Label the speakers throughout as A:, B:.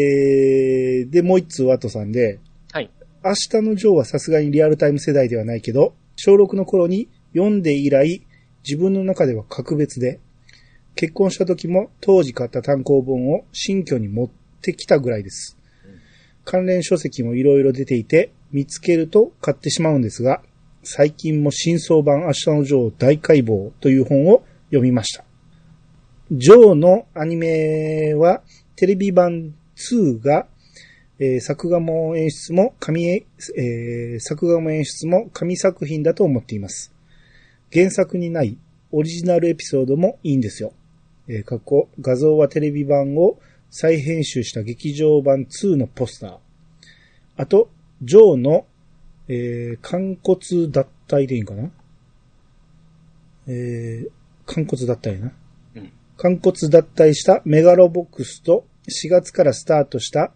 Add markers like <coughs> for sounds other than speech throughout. A: えー、で、もう一通ワトさんで、
B: はい。
A: 明日のジョーはさすがにリアルタイム世代ではないけど、小6の頃に読んで以来、自分の中では格別で、結婚した時も当時買った単行本を新居に持ってきたぐらいです。関連書籍もいろいろ出ていて、見つけると買ってしまうんですが、最近も新装版明日のジョー大解剖という本を読みました。ジョーのアニメはテレビ版2が、えー作画も演出も神、えー作画も演出も神作品だと思っています。原作にないオリジナルエピソードもいいんですよ。えー過去、画像はテレビ版を再編集した劇場版2のポスター。あと、ジョーの、えー、肝骨脱退でいいんかなえー、肝骨脱退やな。
B: うん
A: 肝骨脱退したメガロボックスと4月からスタートした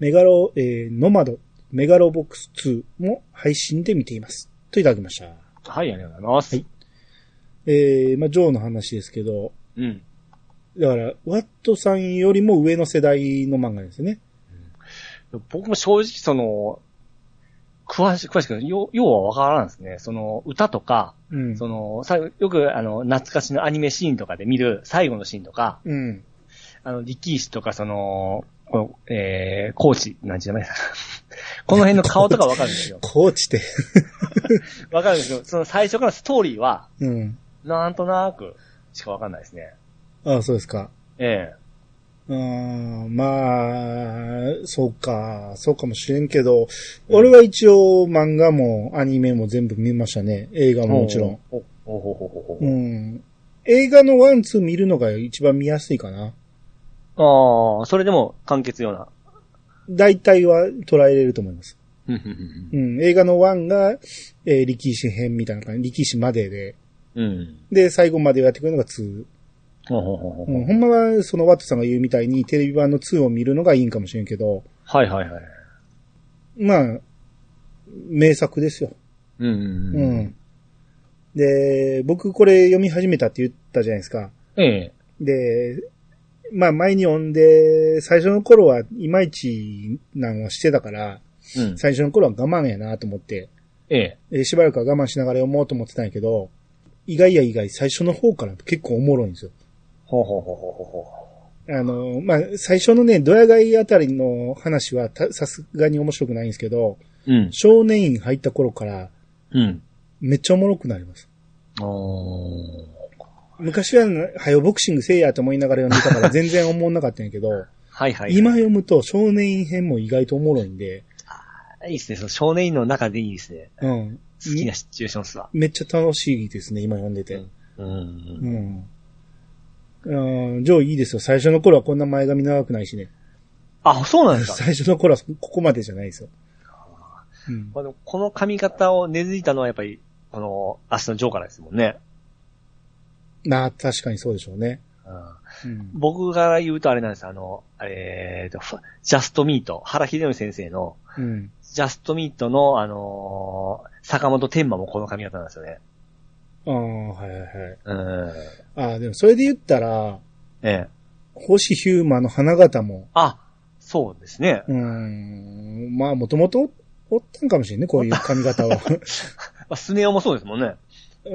A: メガロ、えー、ノマド、メガロボックス2も配信で見ています。といただきました。
B: はい、ありがとうございます。
A: はいえー、まあ、ジョーの話ですけど、
B: うん。
A: だから、ワットさんよりも上の世代の漫画ですね。
B: 僕も正直その、詳しく、詳しく、よう要はわからんですね。その、歌とか、
A: うん。
B: その、さよく、あの、懐かしのアニメシーンとかで見る最後のシーンとか、
A: うん。
B: あの、力士とか、その、このえー、コーチ、なんじゃないかな。 <laughs> この辺の顔とかわかるんですよ。
A: コーチで。
B: わかるんですよ。その最初からストーリーは、
A: うん。
B: なんとなくしかわかんないですね。
A: ああ、そうですか。
B: え
A: うーん、まあ、そうか、そうかもしれんけど、俺は一応漫画もアニメも全部見ましたね。映
B: え
A: 画ももちろん。。
B: おおおほほほほ
A: う。ん。映画のワン、ツー見るのが一番見やすいかな。
B: ああ、それでも完結ような。
A: 大体は捉えれると思います。
B: うんうん
A: うん。映画のワンが、えー、力士編みたいな感じ、力士までで、
B: うん。うん。
A: で、最後までやってくるのが2。
B: ほうほうほうほう
A: うん、ほんまは、そのワットさんが言うみたいに、テレビ版の2を見るのがいいんかもしれんけど、
B: はいはいはい。
A: まあ、名作ですよ。
B: うんうん
A: う
B: うん
A: ん。で、僕これ読み始めたって言ったじゃないですか。
B: ええ。
A: で、まあ前に読んで、最初の頃はいまいちなんはしてたから、
B: うん。
A: 最初の頃は我慢やなと思って、
B: ええ。
A: えーしばらくは我慢しながら読もうと思ってたんやけど、意外や意外、最初の方から結構おもろいんですよ。
B: ほうほうほうほうほ
A: あの、まあ、最初のね、ドヤ街あたりの話はたさすがに面白くないんですけど、
B: う。うん。
A: 少年院入った頃から
B: うん。
A: めっちゃおもろくなります。
B: おー。
A: 昔は、はよボクシングせいやと思いながら読んでたから全然思んなかったんやけど、
B: はいはい。
A: 今、読むと少年院編も意外とおもろいんで、
B: いいですね。その少年院の中でいいですね。
A: うん。
B: 好きなシチュエーションっすわ。
A: めっちゃ楽しいですね、今読んでて。
B: うん
A: う。ん。うん、ジョーいいですよ。最初の頃はこんな前髪長くないしね。
B: あ、そうなんですか。
A: <laughs> 最初の頃はここまでじゃないですよ。うん、
B: まあでもこの髪型を根付いたのはやっぱり、この、明日のジョーからですもんね。
A: まあ、確かにそうでしょうね。
B: うん
A: うん、
B: 僕が言うとあれなんですあの、えーと、ふジャストミート、原秀則先生の、
A: うん。
B: ジャストミートの、あのー坂本天馬もこの髪型なんですよね。
A: ああ、はいはいはい。
B: うん。
A: ああ、でもそれで言ったら、
B: ええ。
A: 星ヒューマの花形も、
B: あ、そうですね。
A: うーん、まあ、もともとおったんかもしれんね、こういう髪型 <laughs> は。
B: まあ、スネ夫もそうですもんね。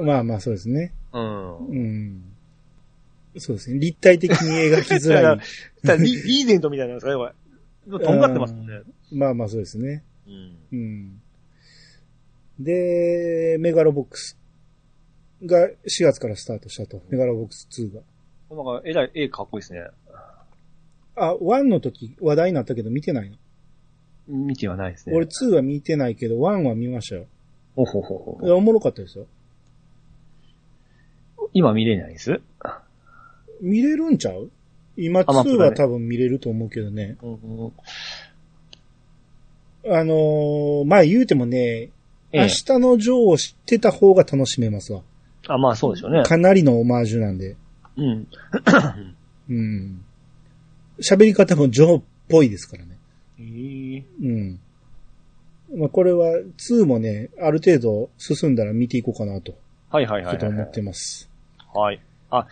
A: まあまあ、そうですね。
B: うん。
A: うん。そうですね。立体的に描きづ
B: だ
A: ら
B: か
A: い。
B: らリ <laughs> リーゼントみたいなんですかね、これ。とんがってますもんね。
A: まあまあ、そうですね。
B: うん。
A: うん。で、メガロボックスが4月からスタートしたと。メガロボックス2が。
B: なんか、えらい、絵かっこいいですね。
A: あ、1の時話題になったけど見てないの。
B: 見てはないですね。
A: 俺2は見てないけど、1は見ましたよ。
B: ほほほほ
A: いやおもろかったですよ。
B: 今見れないです
A: 見れるんちゃう今
B: アマプ
A: 2
B: ラで
A: は多分見れると思うけどね。
B: うん。
A: あのー、まあ言うてもね、
B: え
A: 明
B: え。
A: 日のジョーを知ってた方が楽しめますわ。
B: あ、まあそうでしょうね。
A: かなりのオマージュなんで。
B: うん。
A: うん。喋り方もジョーっぽいですからね。
B: ええ。
A: うん。まあこれは2もね、ある程度進んだら見ていこうかなと、ち
B: はいはい
A: ょ
B: はいはいはい。
A: っと思ってます。
B: はい。あ、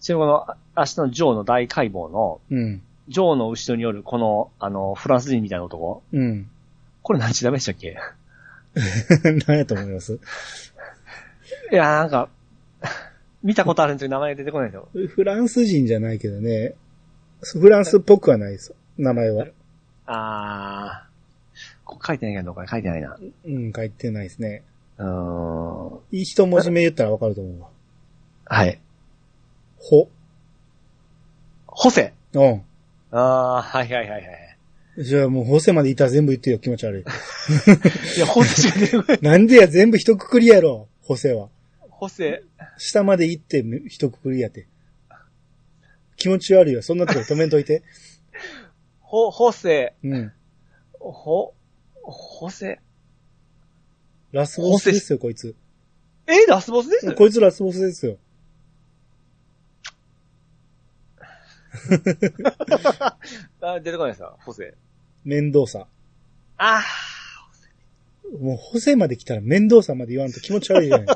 B: ちなみにこの、あ明日のジョーの大解剖の、
A: うん。
B: ジョーの後ろによるこの、あの、フランス人みたいな男。
A: うん。
B: これ何時ダメでしたっけ
A: <laughs> 何やと思います
B: いやーなんか、 <laughs> 見たことあるんですけど名前出てこないんですよ。
A: フランス人じゃないけどね、フランスっぽくはないです。名前は。
B: あー。こ書いてないけど、これ書いてないな。
A: うん、書いてないですね。
B: うーん。
A: 一文字目言ったらわかると思うわ。
B: はい。
A: ほ。
B: ホセ
A: うん。
B: あー、はいはいはいはい。
A: じゃあもう、ホセまでいたら全部言ってよ、気持ち悪い。
B: いや、ホセしか出てこない。
A: なんでや、全部一括りやろ、ホセは。
B: ホセ。
A: 下まで行って一括りやって。気持ち悪いよ、そんなところ止めんといて。
B: ほ、ホセ。
A: うん。
B: ほ、ホセ。
A: ラスボスですよ、こいつ。
B: え、ラスボスです
A: こいつラスボスですよ。
B: <laughs> あ、出てこないですかホセ。
A: 面倒さ。
B: あ
A: もう、ホセまで来たら面倒さまで言わんと気持ち悪いじゃないで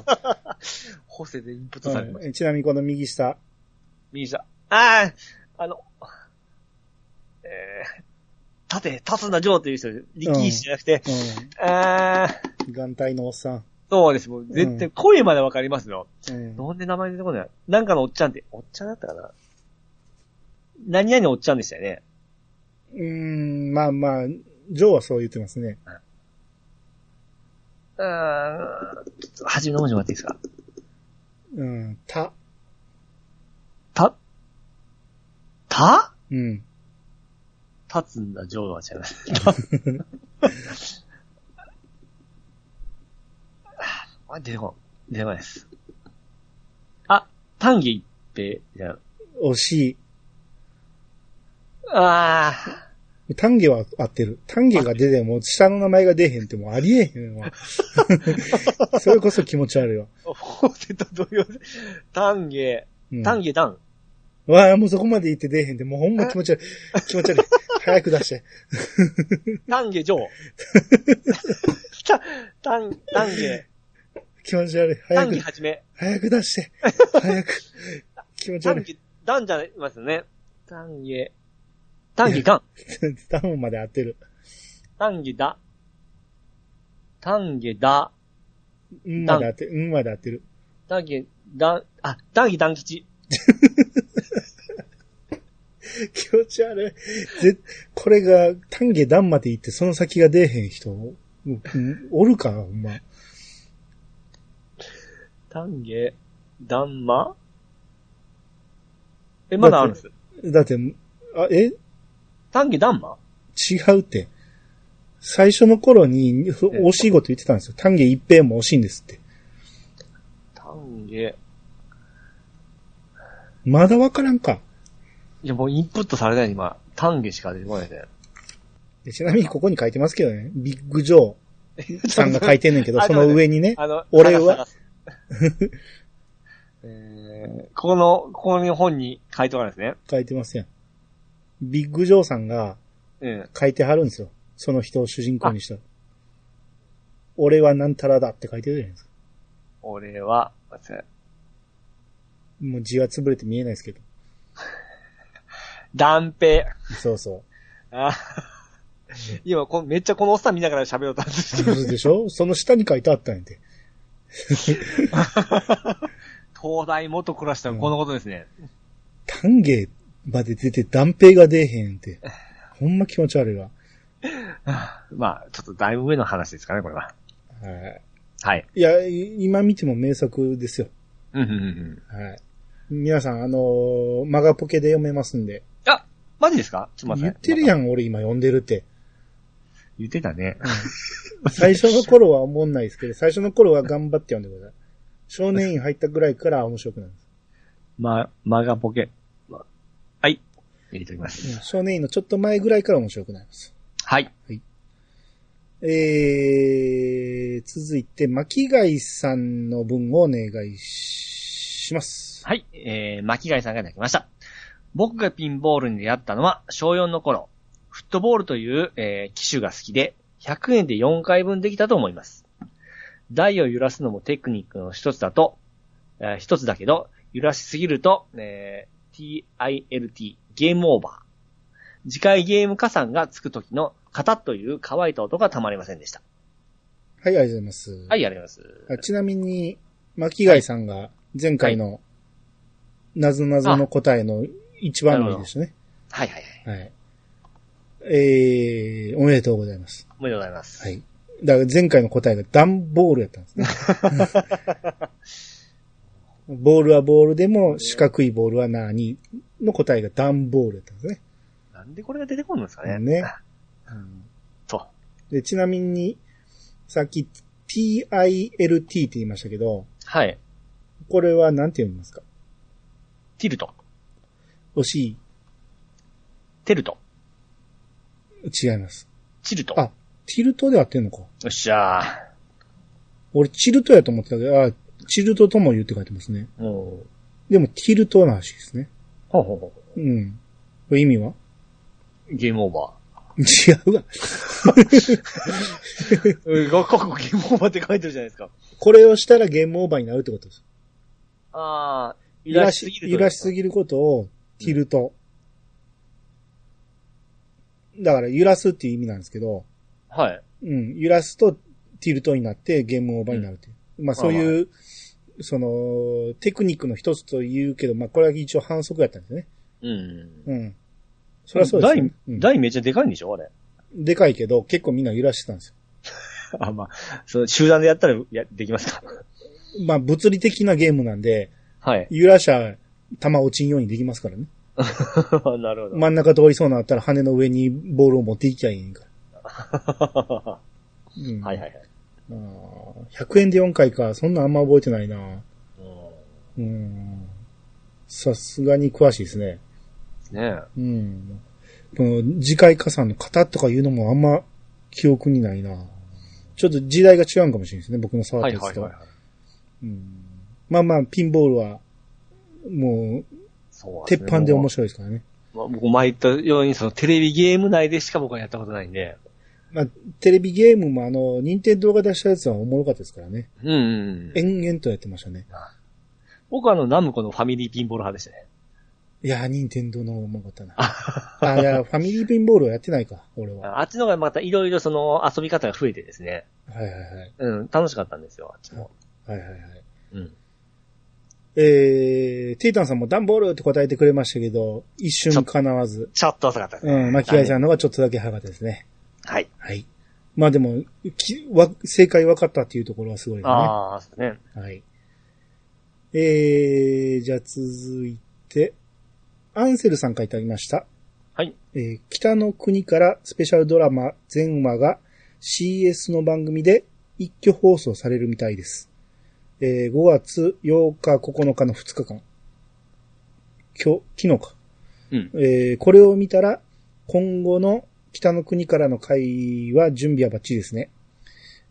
A: すか
B: ー、ホセでインプットされてました。
A: うんちなみにこの右下。
B: 右下。ああ、あの、えー、立て、立つな、ジョーという人、力士じゃなくて、
A: う
B: ああ、
A: ん。眼帯のおっさん。
B: そうです。もう絶対、
A: うん
B: 声までわかりますよ。
A: うん。
B: なんで名前出てこないなんかのおっちゃんって、おっちゃんだったかな何々おっちゃんでしたよね。
A: うーん、まあまあ、ジョーはそう言ってますね。
B: うーん、ちょっと初めの文字もらっていいですか
A: うん、た。
B: た、た
A: うん。
B: 立つんだ、ジョーは違います。 <laughs> あ、出てこない。出てこないです。あ、丹義一平、じゃ
A: 惜し
B: あ。あ
A: い。丹下は合ってる。丹下が出ても、下の名前が出へんってもうありえへん
B: <laughs>
A: わ。それこそ気持ち悪いわ。
B: あ、ホーセと同様で。丹義、
A: うん、
B: 丹義丹。
A: わあ、もうそこまで言って出へんって、もうほんま気持ち
B: <laughs>
A: 悪い。気持ち悪い。早く出して。
B: 丹義 <laughs> ジョー。た丹、丹義、
A: 気持ち悪い。早
B: 丹
A: く
B: 義、はじめ。
A: 早く出
B: <laughs>
A: して。早く。気持ち
B: 丹
A: 悪い。
B: 義、丹じゃいますよね。丹義、丹義丹。
A: ダウンまで合ってる。
B: 丹義だ。丹義だ。
A: うんまで合ってる。うんまで合ってる。
B: ダギ、ダ、あ、ダギダン吉。
A: 気持ち悪い。ぜ、これが、丹下段まで行って、その先が出えへん人、うんおるか、ほんま。
B: ダンゲ、ダンマえ、まだあるんです。
A: だって、あ、え
B: ダンゲ、ダンマ
A: 違うって。最初の頃に、ふ惜しいこと言ってたんですよ。丹下一平も惜しいんですって。
B: ダンゲ、
A: まだわからんか。
B: いやもうインプットされない今、ダンゲしか出てこないね。
A: でちなみにここに書いてますけどね。ビッグジョーさんが書いてんねん <laughs> けど、
B: あ
A: その上にね。
B: あの、
A: 俺は
B: 探す探す <laughs> えー、ここの、ここの本に書いてあるんですね。
A: 書いてますやん。ビッグジョーさんが
B: うん。
A: 書いてはるんですよ。その人を主人公にした。俺はなんたらだって書いてるじゃないですか。
B: 俺は、
A: もう字は潰れて見えないですけど。
B: ダンペ。
A: そうそ
B: あ <laughs> 今こ、めっちゃこのおっさん見ながら喋ろうと
A: <laughs>
B: して
A: う。でしょその下に書いてあったんやで。
B: 東大元暮らしたのこのことですね。
A: 丹下まで出て断平が出えへんって。ほんま気持ち悪いわ。
B: まあ、ちょっとだいぶ上の話ですかね、これは。
A: は
B: はい。
A: い。いや、い今見ても名作ですよ。
B: うんうんうんうん。
A: はい。皆さん、あのーマガポケで読めますんで。
B: あ、マジですかちょっと待
A: 言
B: っ。
A: っててるやん、俺今読んでるって。
B: 言ってたね。
A: 最初の頃は思んないですけど、最初の頃は頑張って読んでください。少年院入ったぐらいから面白くなるんです
B: ま、マガポケ。まはい。入れておきます。
A: うん少年院のちょっと前ぐらいから面白くなります。
B: はい。
A: えー、続いて、巻貝さんの文をお願いします。
B: はい。えー、巻貝さんがいただきました。僕がピンボールに出会ったのは小4の頃。フットボールという、えー機種が好きで、100円で4回分できたと思います。台を揺らすのもテクニックの一つだと、えー一つだけど、揺らしすぎると、えー TILT、ゲームオーバー。次回ゲーム加算がつく時のカタッという乾いた音がたまりませんでした。
A: はい、ありがとうございます。
B: はい、ありがとうござい
A: あ
B: ます。
A: ちなみに、巻貝さんが前回の、なぞなぞの答えの一番乗りでしたね。
B: はいはいはい。
A: はい。えー、おめでとうございます。
B: おめでとうございます。
A: はい。だから前回の答えが段ボールやったんです
B: <laughs>
A: ね。ボールはボールでも四角いボールは何の答えが段ボールやったんですね。
B: なんでこれが出てこるんですかね。
A: ね
B: <laughs> と。
A: で、ちなみに、さっき TILT って言いましたけど、
B: はい。
A: これは何て読みますか
B: ティルト。
A: 惜し
B: テルト。
A: い。違います。
B: チルト。
A: あ
B: よ
A: ティルトで合ってんのか。
B: っしゃー。
A: 俺、チルトやと思ってたけど、あ、チルトとも言うって書いてますね。
B: ほう
A: でも、ティルトの話ですね。
B: ほうほ
A: うん。これ意味は
B: う。ゲームオーバ
A: 違うわ。
B: ー。え、 <laughs> 学校ゲームオーバーって書いてるじゃないですか。
A: これをしたらゲームオーバーになるってことです。
B: ああ、揺
A: 揺
B: ら
A: ら
B: しす
A: し
B: ぎるという
A: 揺
B: から
A: しすぎることを、ティルト。だから、揺らすっていう意味なんですけど、
B: はい。
A: うん。揺らすと、ティルトになってゲームオーバーになるっていう。まあ、そういう、その、テクニックの一つと言うけど、まあ、これは一応反則やったんですね。
B: うん。
A: うん。それはそうですよね、うん
B: 台めっちゃでかいんでしょあれ。 <laughs>
A: でかいけど、結構みんな揺らしてたんです
B: あ、まあ、その集団でやったらや、できますか
A: よ。まあ、物理的なゲームなんで、
B: はい。
A: 揺らしゃ、弾落ちんようにできますからね。
B: <laughs> なるほど。
A: 真ん中通りそうなったら、羽の上にボールを持っていきゃいいんから。
B: は
A: うん
B: い <laughs> はいは。い。
A: あー100円で4回か、そんなんあんま覚えてないな。
B: う
A: うん。さすがに詳しいですね。
B: んね
A: うん。この、次回加算の型とかいうのもあんま記憶にないな。ちょっと時代が違うんかもしれないですね、僕の
B: え。
A: 触っ
B: はい
A: たや
B: は
A: つ
B: い
A: と。
B: はい。
A: うんまあまあ、ピンボールは、もう、
B: そう
A: 鉄板で面白
B: 白
A: いですからね。
B: い。まあ僕前言ったように、そのテレビゲーム内でしか僕はやったことないんで。
A: テレビゲームもあの、任天堂が出したやつはおもろかったですからね。
B: うんうんうん。
A: 延々とやってましたね。
B: 僕はあの、ナムコのファミリーピンボール派でしたね。
A: いやー、任天堂の方がおもろか
B: <laughs>
A: ったな。あ、いや、ファミリーピンボールはやってないか、俺は。
B: あっちの方がまたいろいろその遊び方が増えてですね。
A: はいはいはい。
B: うん、楽しかったんですよ、あっちも。
A: はいはいはい。
B: うん。
A: えー、テイタンさんも段ボールって答えてくれましたけど、一瞬叶わず。
B: ちょっと遅かったですね。
A: うん、巻貝さんの方がちょっとだけ早かったですね。
B: はい。
A: はい。まあでも、きわ正解分かったっていうところはすごいですね。
B: ああ、そうですね。
A: はい。えー、じゃあ続いて、アンセルさんからいただきました。
B: はい。
A: えー北の国からスペシャルドラマ全話が CS の番組で一挙放送されるみたいです。えー5月8日9日の2日間。今日、昨日か。
B: うん。
A: えーこれを見たら、今後の北の国からの会は準備はバッチリですね。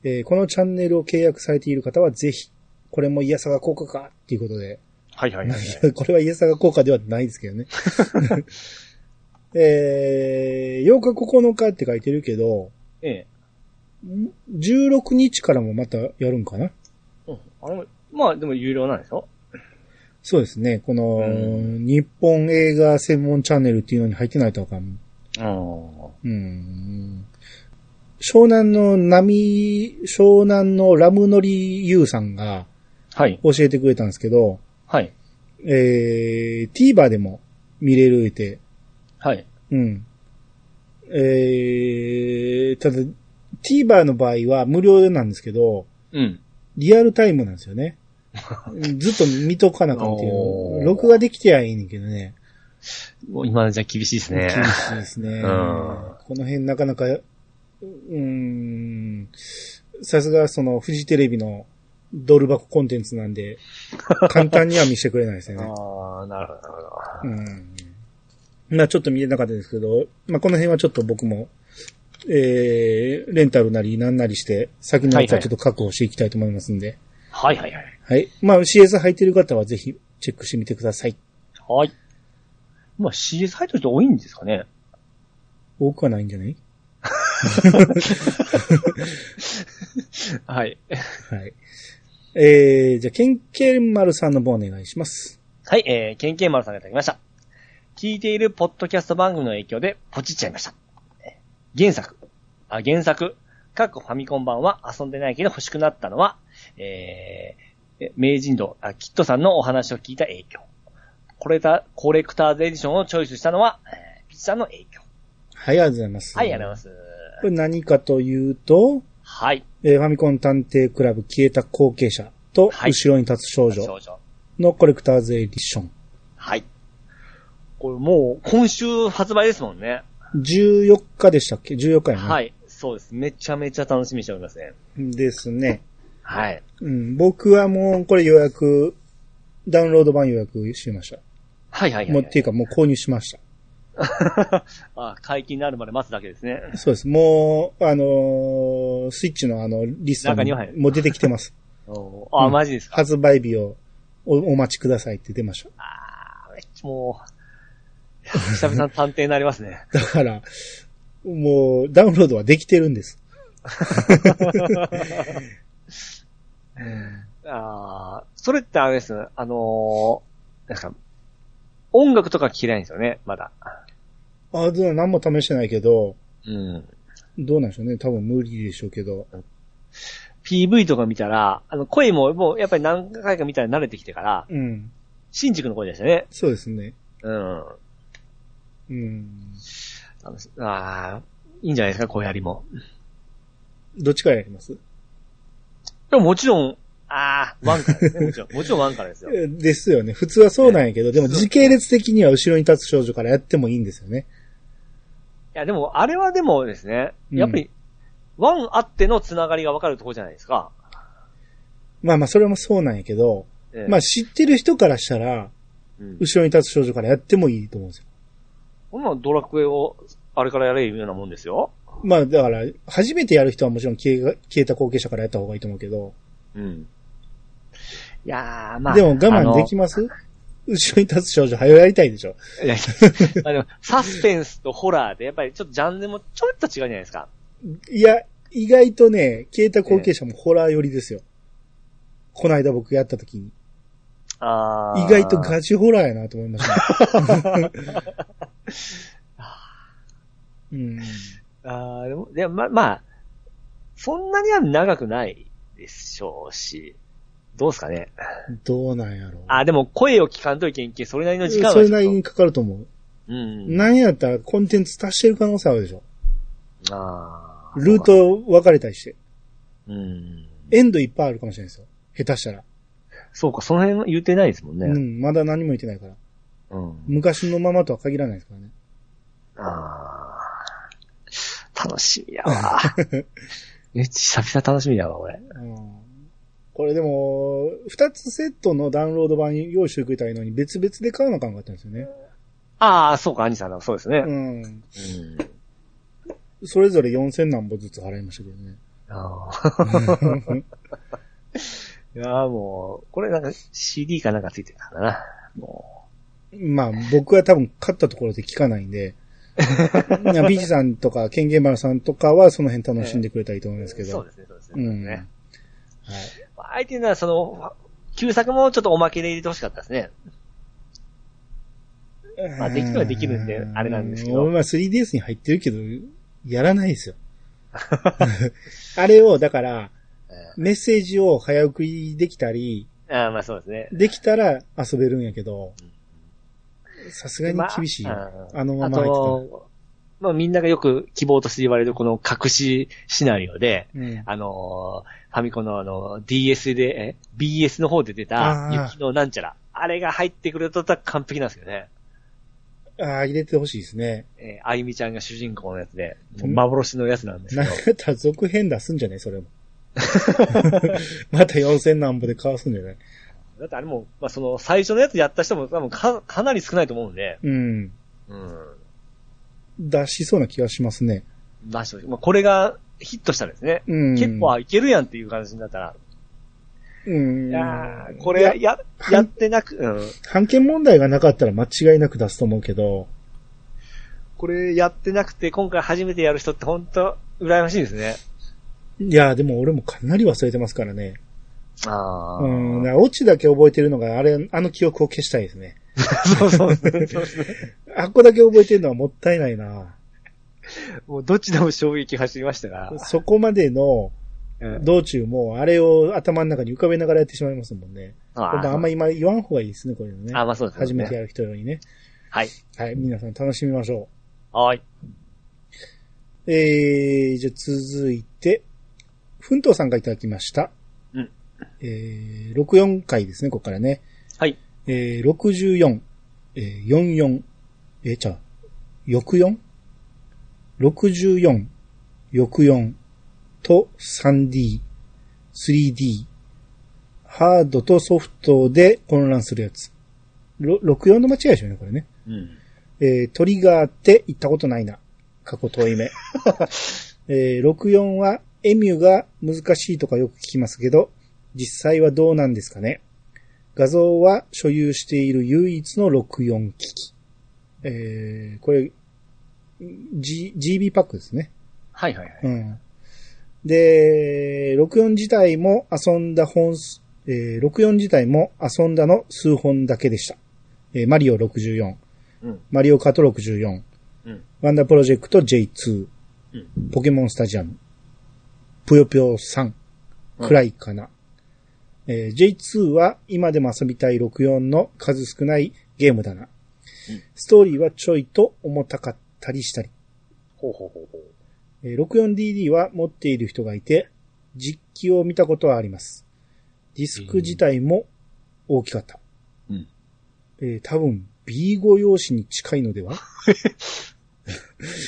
A: えーこのチャンネルを契約されている方はぜひ、これもイヤサガ効果かっていうことで、 <laughs>
B: はいはいはい。
A: これはイヤサガ効果ではないですけどね。 <laughs> えー8日9日って書いてるけど、
B: ええ。
A: ん16日からもまたやるんかな
B: うんあれも、まあでも有料なんでしょ
A: そうですね。この、
B: うん
A: 日本映画専門チャンネルっていうのに入ってないとあかん。
B: ああ。
A: うん湘南の波、湘南のラムノリユウさんが
B: はい。
A: 教えてくれたんですけど、
B: はい。
A: えー、TVer でも見れるって、
B: はい。
A: うん。えー、ただ、TVer の場合は無料なんですけど、
B: うん。
A: リアルタイムなんですよ
B: <laughs>
A: ね。ずっと見とかなあかんってい
B: お
A: う。
B: ー
A: 録画できてはいいねんけどね。
B: もう今のじゃ厳しいですね。
A: 厳しいですね。
B: ん
A: この辺なかなか、うーん、さすがそのフジテレビのドル箱コンテンツなんで、簡単には見せてくれないですよね。
B: ああ、なるほど、なるほど。
A: うん。まあちょっと見れなかったですけど、まあこの辺はちょっと僕も、えー、レンタルなりなんなりして、先のやつはちょっと確保していきたいと思いますんで。
B: はいはいはい。
A: はい。まあ CS 入ってる方はぜひチェックしてみてください。
B: はい。まあ CS 入ってる人多いんですかね
A: 多くはないんじゃない
B: はい。
A: はい。えー、じゃあ、ケンケンマルさんの方お願いします。
B: はい、えー、ケンケンマルさんがいただきました。聞いているポッドキャスト番組の影響でポチっちゃいました。原作。あ、原作。各ファミコン版は遊んでないけど欲しくなったのは、えーえ名人堂、あ、キットさんのお話を聞いた影響。コレタ、コレクターズエディションをチョイスしたのは、えーピッチさんの影響。
A: はい、ありがとうございます。
B: はい、ありがとうござい
A: こ
B: ます。
A: れ何かというと、
B: はい。
A: えーファミコン探偵クラブ消えた後継者と、
B: はい
A: 後ろに立つ少女
B: 少女。
A: のコレクターズエディション。
B: はい。これもう、今週発売ですもんね。
A: 14日でしたっけ ?14 日やな。
B: はい。そうです。めちゃめちゃ楽しみにしておりますね。
A: ですね。
B: はい。
A: うん、僕はもうこれ予約、ダウンロード版予約しました。
B: はいはいはい、
A: もう、っていうかもう購入しました。
B: <laughs> あ、解禁になるまで待つだけですね。
A: そうです。もう、あのースイッチのあの、リスト
B: 中
A: に
B: には入る
A: もう出てきてます。
B: おーあ、
A: うん
B: マジですか。
A: 発売日をおお待ちくださいって出ました。
B: あーもう、久々の探偵になりますね。
A: だから、もう、ダウンロードはできてるんです。
B: ああ、それってあれですね。あのー、なんか、音楽とか嫌いんですよね、まだ。
A: あ、でも何も試してないけど、
B: うん。
A: どうなんでしょうね。多分無理でしょうけど。
B: PV とか見たら、あの、声も、もう、やっぱり何回か見たら慣れてきてから、
A: うん。
B: 新宿の声でしたね。
A: そうですね。
B: うん。
A: うん。
B: あのあー、いいんじゃないですか、声ありも。
A: どっちからやります
B: でももちろん、ああ、ワンからですね、もちろん。もちろんワンからですよ。
A: えですよね。普通はそうなんやけど、でも時系列的には後ろに立つ少女からやってもいいんですよね。
B: いや、でも、あれはでもですね、
A: うん
B: やっぱり、ワンあってのつながりがわかるところじゃないですか。
A: まあまあ、それもそうなんやけど、
B: ええ
A: まあ、知ってる人からしたら、
B: うん、
A: 後ろに立つ少女からやってもいいと思うんですよ。
B: こんなのドラクエを、あれからやれるようなもんですよ。
A: まあ、だから、初めてやる人はもちろん消えが消えた後継者からやった方がいいと思うけど、
B: うん。いやー、まあ。
A: でも我慢できます後ろに立つ少女早やりたいでしょ。
B: あのいやいやまあでも、サスペンスとホラーで、やっぱりちょっとジャンルもちょっと違うじゃないですか。
A: いや、意外とね、消えた後継者もホラー寄りですよ。こないだ僕やった時に。
B: あー
A: 意外とガチホラーやなと思いました、
B: <laughs>
A: うん。
B: あーでも、でもまあ、まあ、そんなには長くないでしょうし、どうですかね。
A: どうなんやろう。
B: あー、でも声を聞かんといけんけ、それなりの時間は
A: そ
B: ちょっと。
A: れなりにかかると思う。
B: うん。
A: なんやったらコンテンツ足してる可能性あるでしょ。
B: あ
A: ルー。ト分かれたりして。
B: うん。
A: エンドいっぱいあるかもしれないですよ。下手したら。
B: そうか、その辺は言ってないですもん
A: う
B: ね。
A: ん、まだ何も言ってないから。
B: うん。
A: 昔のままとは限らないですからね。
B: あー楽しみ
A: <laughs>
B: やわ。めっちゃ久々楽しみやわ、俺。
A: うんこれでも、二つセットのダウンロード版用意してくれたらいいのに、別々で買うのかんかったんですよね。
B: ああ、そうか、兄さんだ。そうですね。
A: うん。
B: うん。
A: それぞれ4000何本ずつ払いましたけどね。
B: あー <laughs> いやーもう、これなんか CD かなんかついてたんだな。も。
A: <laughs> まあ、僕は多分買ったところで聞かないんで、ビヒさんとか、ケンゲンバラさんとかはその辺楽しんでくれたらいいと思いうますけど。
B: そうですね、そうです
A: う
B: ね。
A: ん。はい
B: ね。まあ、相手にはその、旧作もちょっとおまけで入れてほしかったですね。まあできるはできるんであれなんですけど
A: う俺は 3DS に入ってるけど、やらないですよ。 <laughs> あれを、だから、メッセージを早送りできたり、
B: うん、ああ、まあそうですね。
A: できたら遊べるんやけど、さすがに厳しいよ。
B: まあ
A: あのま
B: あ
A: ま入って
B: と、まあみんながよく希望として言われるこの隠しシナリオで、
A: たら。うん
B: あのーファミコンのあの、DS で、え ?BS の方で出
A: あ
B: た、
A: ー
B: 雪のなんちゃら。あれが入ってくれとったら完璧なんですけどね。
A: ああ、入れてほしいですね。
B: えーあゆみちゃんが主人公のやつで、もうん幻のやつなんです
A: な
B: け
A: ん
B: ど
A: や。ったら続編出すんじゃないそれも。 <laughs> また4000何歩でかわすんじゃない
B: だってあれも、まあその、最初のやつやった人も多分か、かなり少ないと思うんで、
A: うん。
B: うん。
A: 出しそうな気がしますね。
B: 出してほしいまあこれがヒットしたらですね。
A: うん。
B: 結構、あいけるやんっていう感じになったら、
A: うん。
B: いやーこ
A: い
B: れ、や、
A: はい
B: やってなく、うん。
A: 判権問題がなかったら間違いなく出すと思うけど、
B: これやってなくて、今回初めてやる人って本当羨ましいですね。
A: いやーでも俺もかなり忘れてますからね。
B: あ
A: うん。だからオチだけ覚えてるのが、あれ、あの記憶を消したいですね。
B: <laughs> そうそうそうそうそう。
A: あっこだけ覚えてるのはもったいないな。
B: もうどっちでも衝撃走りましたが。
A: そこまでの
B: うん
A: 道中も、あれを頭の中に浮かべながらやってしまいますもんね。これもあんまり
B: り、
A: 今言わん方がいいですね、こういうのね。
B: あ、まあそうですね。
A: 初めてやる人用にね。
B: はい。
A: はい、皆さん楽しみましょう。
B: はい。
A: えー、じゃあ続いて、奮闘さんがいただきました。
B: うん
A: えー、64回ですね、ここからね。
B: はい。
A: えー、64、えー、44、えー、ちゃう、翌 4?64、翌4と 3D、3D、ハードとソフトで混乱するやつ。ろ64の間違いでしょうね、これね。
B: うん。
A: えートリガーって行ったことないな。過去遠い目。えー64はエミュが難しいとかよく聞きますけど、実際はどうなんですかね。画像は所有している唯一の64機器。えーこれ、G、GB パックですね。
B: はいはいはい。
A: うん。で、64自体も遊んだ本数、えー64自体も遊んだの数本だけでした。えーマリオ64、
B: うん
A: マリオカート64、
B: うん
A: ワンダープロジェクト J2、
B: う
A: ポケモンスタジアム、ぷよぷよ3、
B: うん
A: くらいかな。えー J2 は今でも遊びたい64の数少ないゲームだな。ストーリーはちょいと重たかったりしたり。
B: ほうほうほうほう。
A: えー 64DD は持っている人がいて、実機を見たことはあります。ディスク自体も大きかった。
B: うん
A: えー多分 B5 用紙に近いの
B: <laughs>
A: では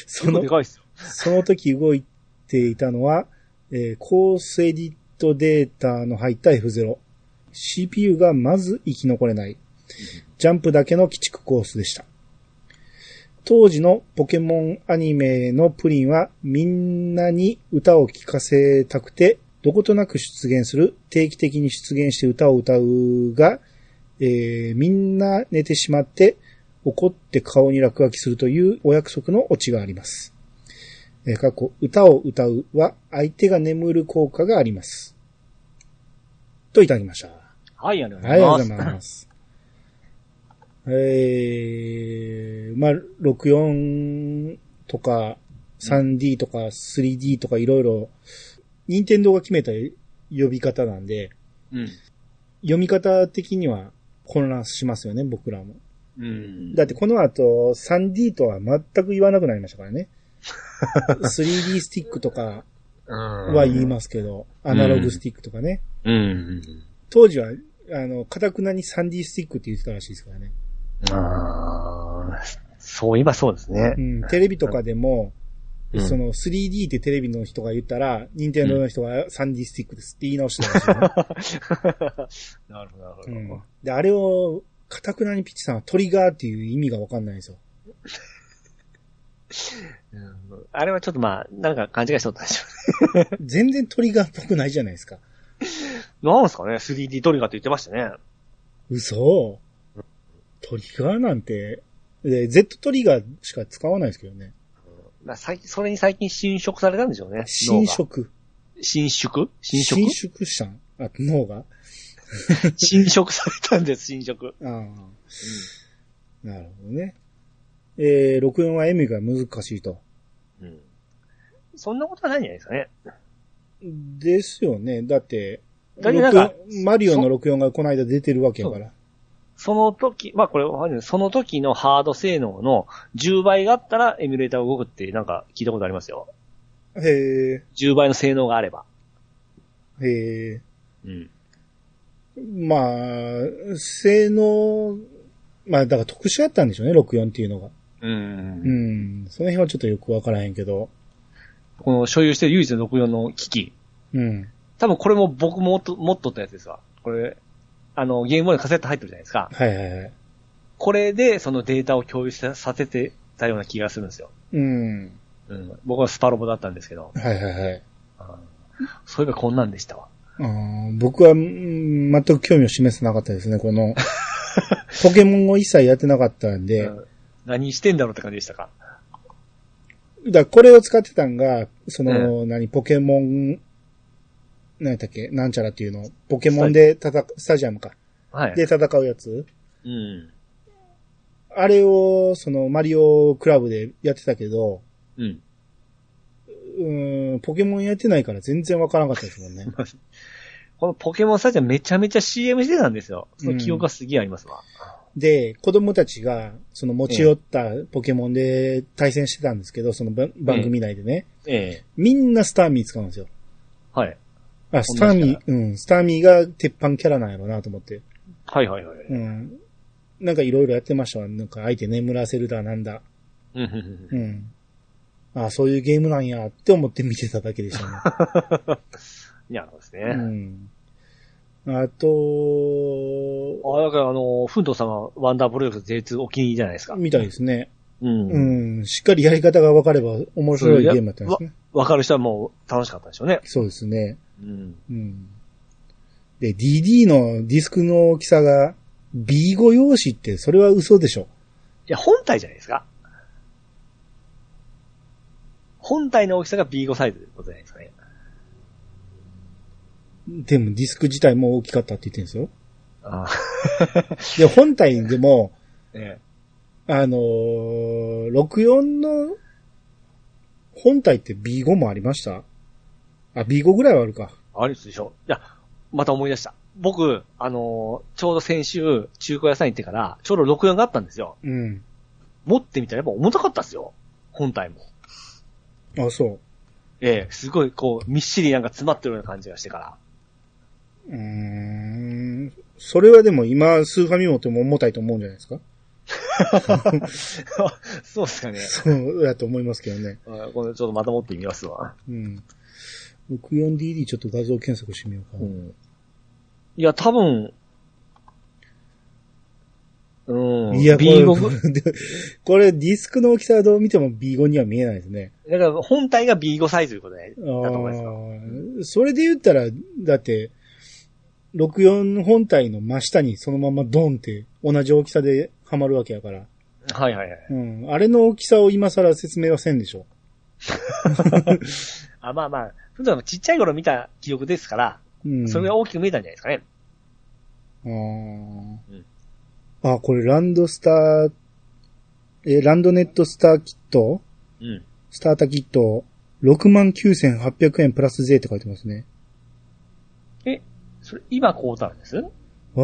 A: そ
B: その
A: の
B: で、かいっすよ。
A: その時動いていたのは、えーコースエディットデータの入った F0。CPU がまず生き残れない。ジャンプだけの鬼畜コースでした。当時のポケモンアニメのプリンはみんなに歌を聴かせたくて、どことなく出現する、定期的に出現して歌を歌うが、えーみんな寝てしまって怒って顔に落書きするというお約束のオチがあります。えー、過去、歌を歌うは相手が眠る効果があります。といただきました。は
B: はい、ありが
A: い、ありがと
B: と
A: う
B: う
A: ご
B: ご
A: ざ
B: ざ
A: い
B: いま
A: ま
B: す。
A: す。えー、まあ、64とか 3D とか 3D とかいろいろ、任天堂が決めた呼び方なんで、
B: うん。
A: 読み方的には混乱しますよね、僕らも。
B: うん。
A: だってこの後 3D とは全く言わなくなりましたから
B: <laughs>
A: ね。3D スティックとか、は
B: は
A: 言いますけど、アナログスティックとかね。
B: うんうん
A: 当時は、あの、かたくなに 3D スティックって言ってたらしいですからね。
B: うん。ああ、そういえばそうですね
A: う。ん、テレビとかでも、
B: うん <laughs>
A: その 3D ってテレビの人が言ったら、任天堂の人が 3D スティックですって言い直してたらしいね、
B: なるほど、なるほ
A: う
B: ど。
A: ん。で、あれを、かたくなにピッチさんはトリガーっていう意味がわかんないんですよ。
B: うんあれはちょっとまあ、なんか勘違いしとったんでしょ
A: 全然トリガーっぽくないじゃないですか。
B: うね。なんすかね ?3D トリガーって言ってましたね。
A: 嘘トリガーなんて、で、Z トリガーしか使わないですけどね。
B: まあ、最近、それに最近侵食されたんでしょうね。
A: 侵食。
B: 侵食侵食
A: 侵食したんあ、脳が
B: 侵食されたんです、侵食。
A: ああ、なるほどね。えー、64は M が難しいと。
B: うん。そんなことはないんじゃないですかね。
A: ですよね。だって、
B: だってなんか
A: 64マリオの64がこの間出てるわけやから。
B: その時、まあこれわかんない、その時のハード性能の10倍があったらエミュレーターが動くってなんか聞いたことありますよ。
A: へ
B: 10倍の性能があれば。
A: え、へえ、
B: うん。
A: まあ、性能、まあ、だから特殊やったんでしょうね、64っていうのが。
B: うん。
A: うん、その辺はちょっとよくわからへんけど。
B: この所有してる唯一の64の機器。
A: うん。
B: 多分これも僕も持っと持っとったやつですわ。これ、あの、ゲームボーイのカセット入ってるじゃないですか。
A: はいはいはい。
B: これでそのデータを共有ささせてたような気がするんですよ。
A: うん。
B: うん。僕はスパロボだったんですけど。
A: はいはいはい。
B: あそういえばこんなんでしたわ。
A: あー僕は、うん全く興味を示せなかったですね、こ
B: <laughs>
A: の、ポケモンを一切やってなかったんで、
B: うん何してんだろうって感じでしたか。
A: だからこれを使ってたんが、その、何、ポケモン、何だっけ、なんちゃらっていうの、ポケモンで戦、スタジアムか。
B: はい。
A: で戦うやつ
B: うん。
A: あれを、その、マリオクラブでやってたけど、
B: うん。
A: うーん、ポケモンやってないから全然わからなかったですもん
B: <laughs>
A: ね。
B: このポケモンサイトめちゃめちゃ CM してたんですよ。その記憶がすげえありますわ。
A: で、子供たちが、その持ち寄ったポケモンで対戦してたんですけど、その番番組内でね、
B: ええ。
A: みんなスターミー使うんですよ。
B: はい。
A: あ、スターミー、うん、スターミーが鉄板キャラなんやろうなと思って。
B: はいはいはい。
A: うん。なんかいろいろやってましたわ。なんか相手眠らせるだなんだ。
B: うんうんうん
A: うん。あ、そういうゲームなんやって思って見てただけでしたね。 <laughs>
B: いや、そうですね。
A: うん。あと、
B: あ、だからあの、フントさんはワンダープロジェクト J2 お気に入りじゃないですか。
A: みたいですね。
B: うん。
A: うん。しっかりやり方が分かれば面白いゲームだったんですね。
B: わかる人はもう楽しかったでしょうね。
A: そうですね。
B: うん。
A: うん。で、DD のディスクの大きさが B5 用紙ってそれは嘘でしょ。
B: いや、本体じゃないですか。本体の大きさが B5 サイズってことじゃないですかね。
A: でもディスク自体も大きかったって言ってるんですよ。
B: ああ。 <laughs>
A: で、本体でも、
B: え
A: あのー64の本体って B5 もありましたあ、B5 ぐらいはあるか。
B: あれでしょ。いや、また思い出した。僕、あのーちょうど先週、中古屋さん行ってから、ちょうど64があったんですよ。
A: うん。
B: 持ってみたらやっぱ重たかったですよ。本体も。
A: あ、そ
B: ええすごい、こう、みっしりなんか詰まってるような感じがしてか
A: う。う
B: ら。
A: ーん。それはでも今、スーファミ持っても重たいと思うんじゃないですか
B: <laughs> そうですか
A: <laughs>
B: ね。
A: そうだと思いますけどね。
B: うんこれちょっとまた持ってみますわ。
A: うん。64DD ちょっと画像検索してみようか。
B: ん。いや、多分、うん。
A: いや、これ
B: B5 ぐ、
A: <laughs> これディスクの大きさはどう見ても B5 には見えないですね。
B: だから本体が B5 サイズということで、だ
A: あ
B: と思いますよ。
A: ーそれで言ったら、だって、64本体の真下にそのままドンって同じ大きさではまるわけやから。
B: はいはいはい。
A: うん。あれの大きさを今更説明はせんでしょ。
B: あ、まあまあ、普段ちっちゃい頃見た記憶ですから、
A: うん。
B: それが大きく見えたんじゃないですかね。
A: あ
B: ん
A: ーあ、これランドスター、え、ランドネットスターキット
B: うん。
A: スターターキット、69,800円プラス税って書いてますね。
B: それ、今こうたんです
A: わ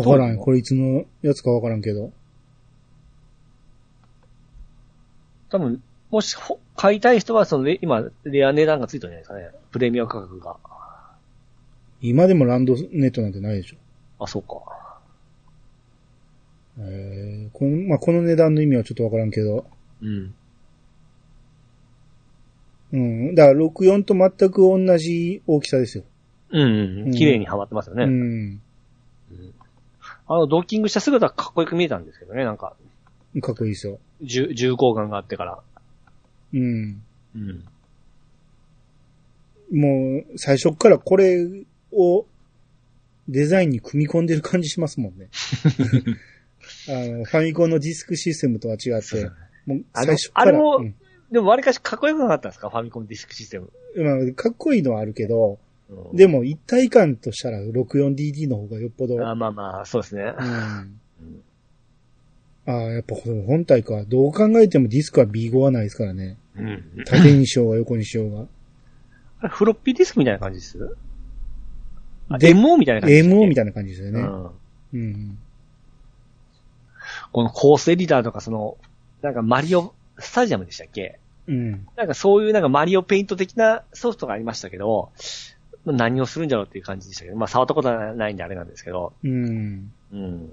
A: から
B: ど
A: ん。
B: うぞ
A: これいつのやつかわからんけど。
B: 多分、もし、ほ買いたい人は、その、レ今、レア値段がついたんじゃないですかね。プレミア価格が。
A: 今でもランドネットなんてないでしょ。
B: あ、そうか。
A: えー、この、まあ、この値段の意味はちょっとわからんけど。
B: うん。
A: うん。だから64と全く同じ大きさですよ。
B: うん、
A: う
B: うんん。綺麗にはまってますよね。
A: うん。
B: あの、ドッキングした姿はかっこよく見えたんですけどね、なんか、
A: かっこいいですよ。
B: 重重厚感があってから。
A: うん。
B: うん。
A: もう、最初っからこれをデザインに組み込んでる感じしますもん
B: <laughs>
A: ね。あの、ファミコンのディスクシステムとは違って、もう
B: あ
A: 最
B: の
A: 初っから。
B: あれも
A: うん
B: でも、わりかしかっこよくなかったんですかファミコンディスクシステム。
A: まあ、かっこいいのはあるけど、
B: うん
A: でも一体感としたら 64DD の方がよっぽど。
B: あまあまあ、そうですね
A: う。ん。ああ、やっぱこの本体か。どう考えてもディスクは B5 はないですからね。
B: うん。
A: 縦にしようが横にしよ
B: <laughs>
A: う
B: あれフロッピーディスクみたいな感じです
A: が。で、
B: ?MO みたいな感じ
A: MO み
B: た
A: たいな感じですよね。
B: うん。
A: うん。
B: このコースエディターとか、その、なんかマリオスタジアムでしたっけ
A: うん。
B: なんかそういうなんかマリオペイント的なソフトがありましたけど、まあ何をするんじゃろうっていう感じでしたけど、まあ触ったことはないんであれなんですけど、
A: うん。
B: うん。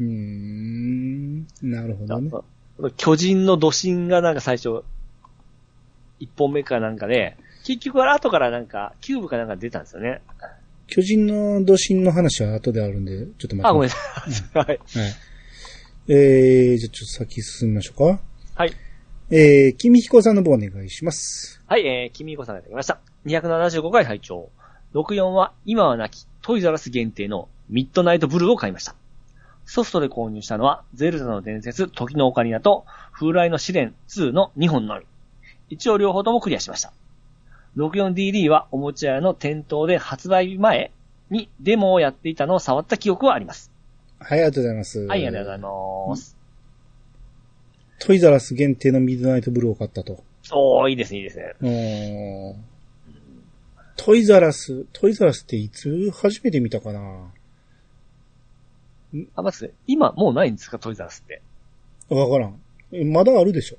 A: うーん。なるほどね。
B: 巨人の土神がなんか最初、一本目かなんかで、結局は後からなんか、キューブかなんか出たんですよね。
A: 巨人の土神の話は後であるんで、ちょっと待って。
B: あ、ごめんなさ
A: <laughs>
B: い。はい。
A: はい。えー、じゃあちょっと先進みましょうか。
B: はい。
A: えー、君彦さんの方お願いします。
B: はい、えー、君子さんがいただきました。275回拝聴64は今はなきトイザラス限定のミッドナイトブルーを買いました。ソフトで購入したのは、ゼルダの伝説、時のオカリナと、風来の試練2の2本のみ。一応両方ともクリアしました。64DD はおもちゃ屋の店頭で発売前にデモをやっていたのを触った記憶はあります。
A: はい、ありがとうございます。
B: はい、ありがとうございます。
A: トイザラス限定のミッドナイトブルーを買ったと。
B: おー、いいですね、いいですね。
A: うーんトイザラス、トイザラスっていつ初めて見たかな
B: あ、まず、今もうないんですか、トイザラスって。
A: わからん。えまだあるでしょ。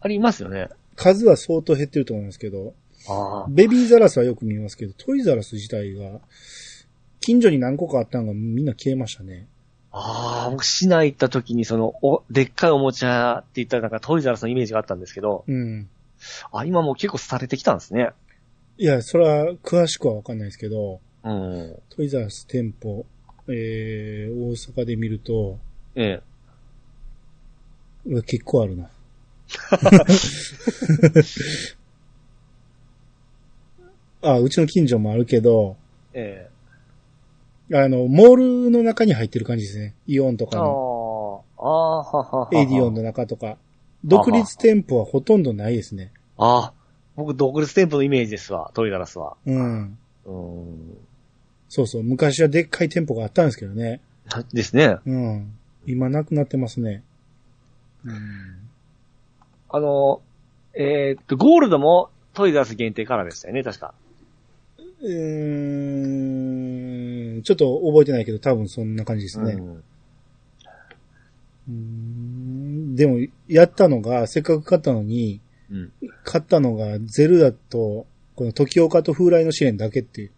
B: ありますよね。
A: 数は相当減ってると思いますけど、
B: ああ。
A: ベビーザラスはよく見ますけど、トイザラス自体が、近所に何個かあったのがみんな消えましたね。
B: ああ、僕、市内行った時に、その、お、でっかいおもちゃって言ったらなんかトイザラスのイメージがあったんですけど、
A: うん。
B: あ、今もう結構廃れてきたんですね。
A: いや、それは詳しくはわかんないですけど、
B: うん。
A: トイザラス店舗、えー、大阪で見ると、
B: ええ。
A: うわ結構あるな。あ、うちの近所もあるけど、
B: ええ。
A: あの、モールの中に入ってる感じですね。イオンとか
B: ああ、あ
A: の、
B: あ、ははは。
A: エディオンの中とか。独立店舗はほとんどないですね。
B: ああ、僕、独立店舗のイメージですわ、トイザラスは。
A: うん。
B: うん。
A: そうそう。昔はでっかい店舗があったんですけどね。
B: ですね。
A: うん。今なくなってますね。うん。
B: あの、えーっと、ゴールドもトイザラス限定からでしたよね、確か。
A: うーんちょっと覚えてないけど、多分そんな感じですね。
B: ん。
A: うーんでも、やったのが、せっかく買ったのに、
B: うん。
A: 買ったのが、ゼルダと、この時岡と風来の試練だけっていう。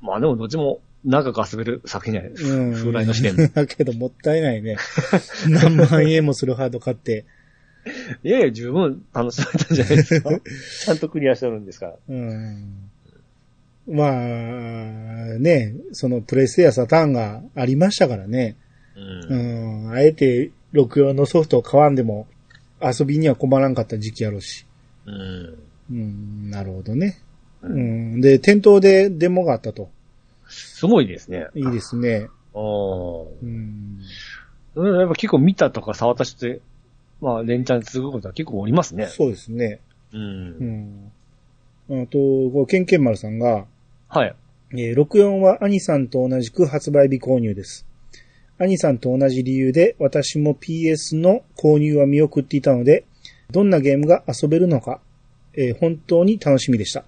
B: まあでも、どっちも長く遊べる作品じゃないですか。
A: うん
B: 風来の試練
A: <laughs> だけど、もったいない
B: <laughs>
A: ね。何万円もするハード買って。
B: いやいや、十分楽しめたんじゃないですか。 <laughs> ちゃんとクリアしてるんですから。
A: うんまあ、ね、そのプレステやサターンがありましたからね。
B: うん
A: うん、あえて64のソフトを買わんでも遊びには困らんかった時期やろうし。
B: うん。
A: うん、なるほどね。
B: う
A: うん、で、店頭でデモがあったと。
B: すごいですね。
A: いいですね。
B: お
A: うん、
B: うん、やっぱ結構見たとか触った人って、まあ、連チャン続くことは結構おりますね。
A: そうですね。
B: う。
A: うんん。あと、こうケンケンマルさんが、
B: はい。
A: えー64は兄さんと同じく発売日購入です。兄さんと同じ理由で私も PS の購入は見送っていたので、どんなゲームが遊べるのか、えー本当に楽しみでした。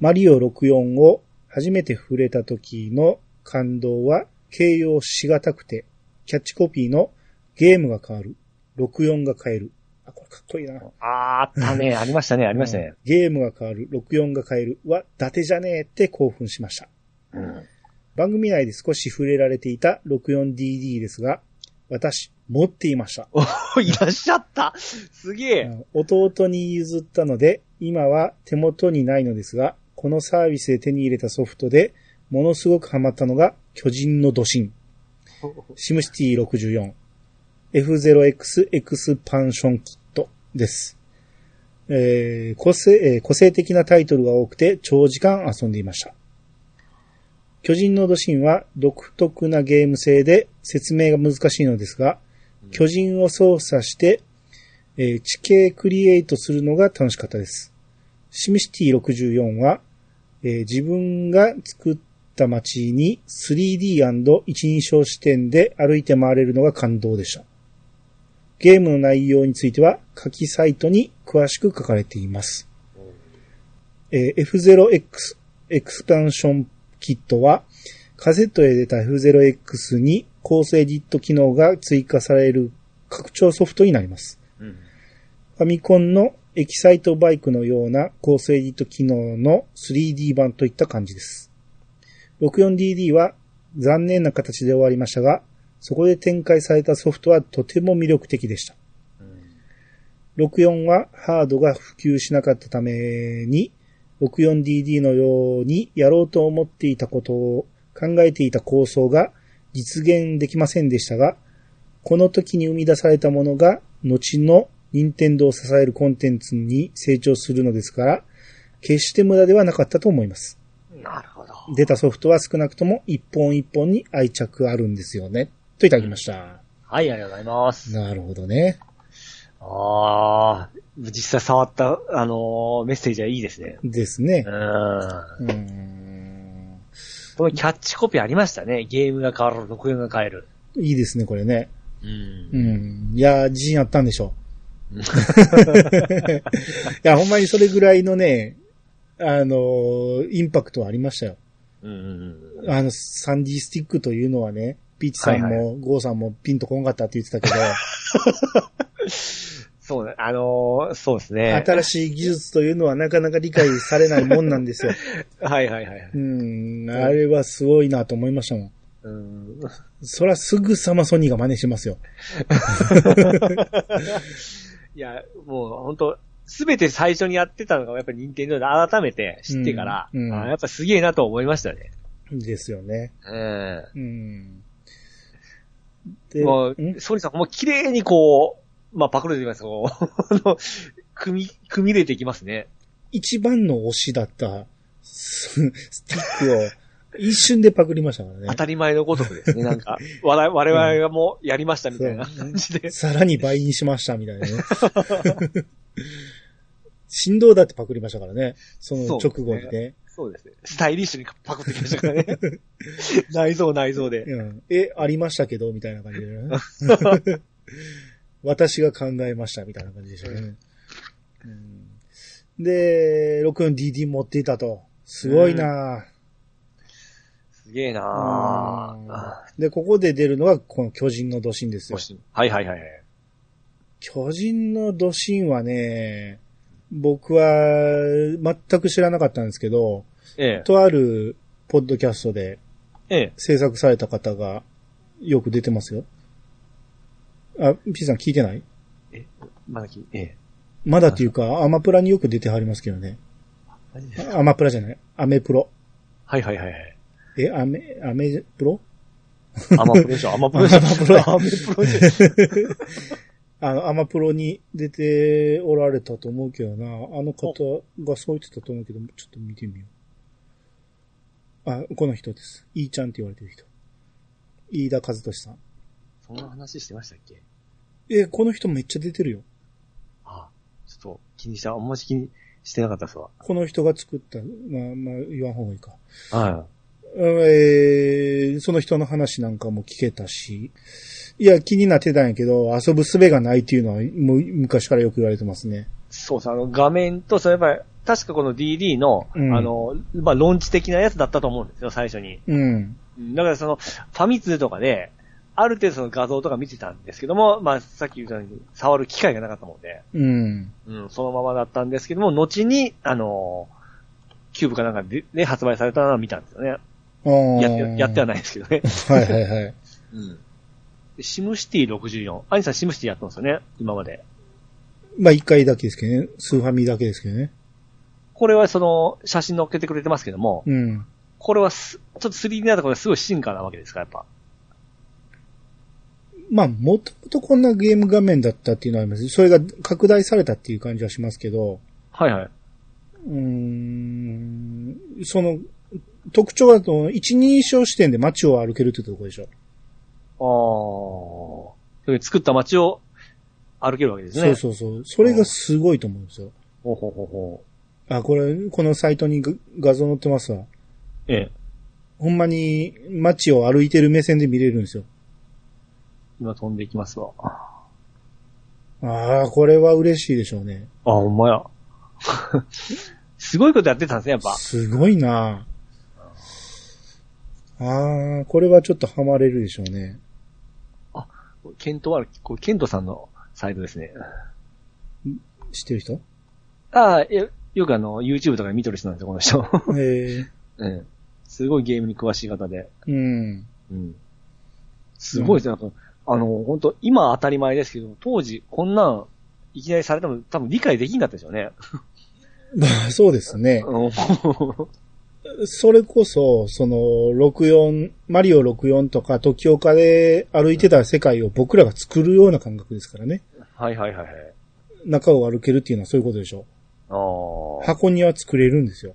A: マリオ64を初めて触れた時の感動は形容しがたくて、キャッチコピーのゲームが変わる、64が変える。あ、これかっこいいな。
B: あーあったね、ありましたね、ありましたね。
A: ゲームが変わる、64が変えるは伊達じゃねえって興奮しました。
B: うん。 <laughs>
A: 番組内で少し触れられていた 64DD ですが、私、持っていました。
B: いらっしゃったすげえ
A: 弟に譲ったので、今は手元にないのですが、このサービスで手に入れたソフトで、ものすごくハマったのが、巨人の土神、シムシティ64、F0X エクスパンションキットです。えー個性えー個性的なタイトルが多くて長時間遊んでいました。巨人の土神は独特なゲーム性で説明が難しいのですが、巨人を操作してえー地形クリエイトするのが楽しかったです。シムシティ64は、えー自分が作った街に 3D& 一人称視点で歩いて回れるのが感動でした。ゲームの内容については、書きサイトに詳しく書かれています。えー F0X エクスパンションキットは、カセットで出た F0X に構成エディット機能が追加される拡張ソフトになります。
B: うん。
A: ファミコンのエキサイトバイクのような高性ディット機能の 3D 版といった感じです。64DD は残念な形で終わりましたが、そこで展開されたソフトはとても魅力的でした。64はハードが普及しなかったために、64DD のようにやろうと思っていたことを考えていた構想が実現できませんでしたが、この時に生み出されたものが、後の任天堂を支えるコンテンツに成長するのですから、決して無駄ではなかったと思います。
B: なるほど。
A: 出たソフトは少なくとも一本一本に愛着あるんですよね。といただきました。
B: はい、ありがとうございます。
A: なるほどね。
B: ああ、実際触った、あのーメッセージはいいですね。
A: ですね
B: う。ん。
A: うーん
B: このキャッチコピーありましたね。ゲームが変わる、録音が変える。
A: いいですね、これね。
B: う。
A: うんん。いやー、自信あったんでしょ
B: <laughs>
A: う。いや、ほんまにそれぐらいのね、あのーインパクトはありましたよ。
B: うんうんうん。
A: あの、サンディスティックというのはね、ピーチさん
B: はいは
A: も、ゴーさんもピンとこんかったって言ってたけ
B: <laughs>
A: ど、
B: そうね。あのーそうですね。
A: 新しい技術というのはなかなか理解されないもんなん
B: <laughs>
A: ですよ。
B: はいはいはい。
A: うん、あれはすごいなと思いましたもん。
B: うん。
A: そらすぐさまソニーが真似しますよ。
B: いや、もう本当すべて最初にやってたのが、やっぱり任天堂で改めて知ってから、
A: うんうん
B: あやっぱすげえなと思いましたね。
A: ですよね。
B: うん。
A: うん。で
B: もう
A: うん、
B: ソニーさんもう綺麗にこう、まあ、パクると言いますか、こう、あの組み、組み入れていきますね。
A: 一番の推しだったススティックを一瞬でパクりましたから
B: 当
A: ね。
B: たり前のごとくですね。なんか、わら我々がもうやりましたみたいな
A: そ
B: 感じで。
A: さらに倍にしましたみたいな
B: <laughs>
A: ね。振動だってパクりましたからね。その直後に
B: そう
A: ね。
B: そうですね。スタイリッシュにパクってきましたからね。 <laughs> 内臓内臓で。
A: うん、え、ありましたけどみたいな感じでね。
B: <laughs>
A: 私が考えましたみたいな感じでしたね。うん、で、64 DD 持っていたと。すごいなぁ
B: すげえな
A: うん
B: あ
A: で、ここで出るのがこの巨人の土神ですよ
B: も。しはいはいはいはい。
A: 巨人の土神はね、僕は全く知らなかったんですけど、
B: ええ。
A: とあるポッドキャストで
B: ええ。
A: 制作された方がよく出てますよ。あ、P さん聞いてない
B: まだき、ええ。
A: まだっていうか、アマプラによく出てはりますけどね。
B: マジですか
A: あアマプラじゃない。アメプロ。
B: はいはいはいはい。
A: え、アメ、アメプロ
B: アマプロでしょ、アマプロでしょ。
A: アマプロ
B: アマプロでし
A: あの、アマプロに出ておられたと思うけどな。あの方がそう言ってたと思うけど、ちょっと見てみよう。あ、この人です。いいちゃんって言われてる人。飯田和俊さん。
B: ょ。そんな話してましたっけ
A: え、この人めっちゃ出てるよ。
B: ああちょっと気にした、あんまり気にしてなかったっすわ。
A: この人が作った、まあ、まあ、言わん方がいいか。
B: は
A: うんえーその人の話なんかも聞けたし。いや、気になってたんやけど、遊ぶ術がないっていうのは、もう昔からよく言われてますね。
B: い。そうそう、あの、画面と、それやっぱり、確かこの DD の、
A: うん
B: あの、まあ、論知的なやつだったと思うんですよ、最初に。
A: うん。
B: うんだからその、ファミ通とかで、ある程度その画像とか見てたんですけども、まあ、さっき言ったように、触る機会がなかったもんで、
A: うん。
B: うん、そのままだったんですけども、後に、あのキューブかなんかで、ね、発売されたのを見たんですよね。
A: あー
B: やって、やってはないですけどね。
A: はいはいはい。
B: うん。でシムシティ64。アニさんシムシティやったんですよね、今まで。
A: まあ一回だけですけどね。スーファミだけですけどね。
B: これはその、写真載っけてくれてますけども、
A: うん。
B: これはす、ちょっと 3D なところですごい進化なわけですから、やっぱ。
A: まあもともとこんなゲーム画面だったっていうのはあります。それが拡大されたっていう感じはしますけど、
B: はいはい。
A: うーん、その、特徴はその一人称視点で街を歩けるってところでしょ。
B: あー。それで作った街を歩けるわけですね。
A: そうそうそう。それがすごいと思うんですよ。
B: ほうほうほうほ
A: あ、これ、このサイトにが画像載ってますわ。
B: う。ええ。
A: ほんまに街を歩いてる目線で見れるんですよ。
B: 今飛んでいきますわ。あ
A: ああ、これは嬉しいでしょうね。
B: ー、ほんまや。 <laughs> すごいことやってたんですね、やっぱ。
A: すごいなああ、これはちょっとハマれるでしょうね。
B: ケントは、これケントさんのサイトですね。
A: 知ってる人
B: ああ、えよくあの、YouTube とかで見とる人なんですよ、この <laughs> 人。
A: へえ。
B: うん。すごいゲームに詳しい方で。
A: うん。 <laughs>
B: うん。すごいですね。なんかあの、本当今は当たり前ですけど、当時、こんなん、いきなりされても多分理解できんかったでしょうね。
A: まあ、そうですね。
B: <laughs> うん
A: それこそ、その、64、マリオ64とか、時岡で歩いてた世界を僕らが作るような感覚ですからね。
B: はいはいはいはい。
A: 中を歩けるっていうのはそういうことでしょ
B: あ
A: う。
B: あ。
A: 箱には作れるんですよ。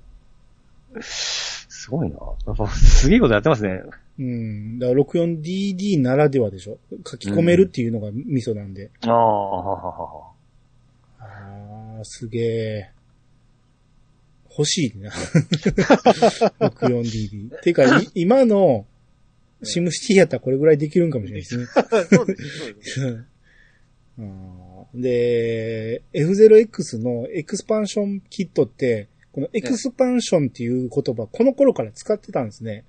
B: すごいな。やっぱ、すげえことやってますね。
A: うん。だから 64DD ならではでしょ。書き込めるっていうのがミソなんで。
B: ああ、はははは。
A: ああ、すげえ。欲し
B: <laughs>
A: いな。64DB。てか、い <laughs> 今の、シムシティやったらこれぐらいできるんかもしれないですね。
B: そうです、そうです。 <laughs>
A: うんで、F0X のエクスパンションキットって、このエクスパンションっていう言葉、この頃から使ってたんですね。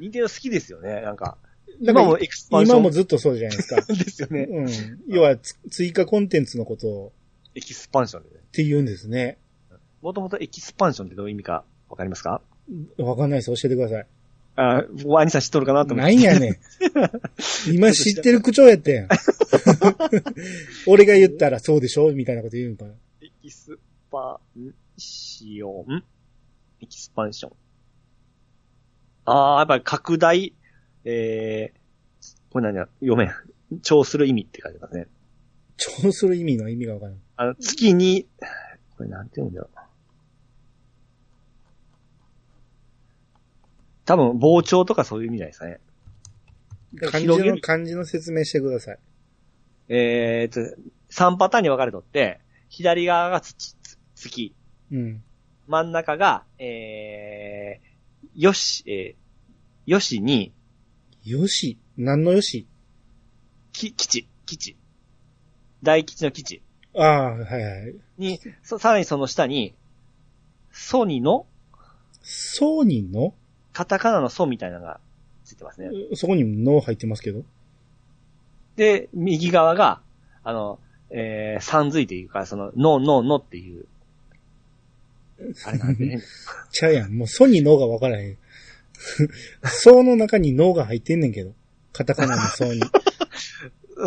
B: 任天堂好きですよね、なんか。
A: なんか
B: 今もエクスパンション
A: 今もずっとそうじゃないです
B: <laughs>
A: か。
B: ですよね。
A: うん。要はつ、追加コンテンツのことを、
B: エキスパンションでね。
A: って言うんですね。
B: もともとエキスパンションってどういう意味かわかりますか
A: わかんないです。教えてください。
B: あー、僕は兄さん知っとるかなと思っ
A: な
B: て。
A: いんやねん。
B: <laughs>
A: 今知ってる口調やってん。 <laughs> 俺が言ったらそうでしょみたいなこと言うんかな。
B: エキスパンションエキスパンション。ああ、やっぱり拡大、えー、これ何や、読めん。調する意味って書いてますね。
A: 調する意味の意味がわからん。
B: あの、月に、これなんて読うんだろう。多分、膨張とかそういう意味じゃないですかね。
A: 漢字
B: 広げ
A: の、
B: る
A: 漢字の説明してください。
B: えーと、3パターンに分かれとって、左側が土、つ月、
A: うん。
B: 真ん中が、えー、よし、えー、よしに、
A: よし。何のよし
B: き、基地、基地。大基地の基地
A: ああ、はいはい。
B: に、そさらにその下に、ソニの、
A: ソーニンの
B: カタカナのソみたいなのがついてますね。
A: そこに脳入ってますけど。
B: で、右側が、あの、えー、さんづいていうか、その、の、の、のっていう。あれなんで
A: <laughs>
B: ね。
A: ちゃうやん。もうソに脳がわからへん。 <laughs> ソの中に脳が入ってんねんけど。カタカナのソに。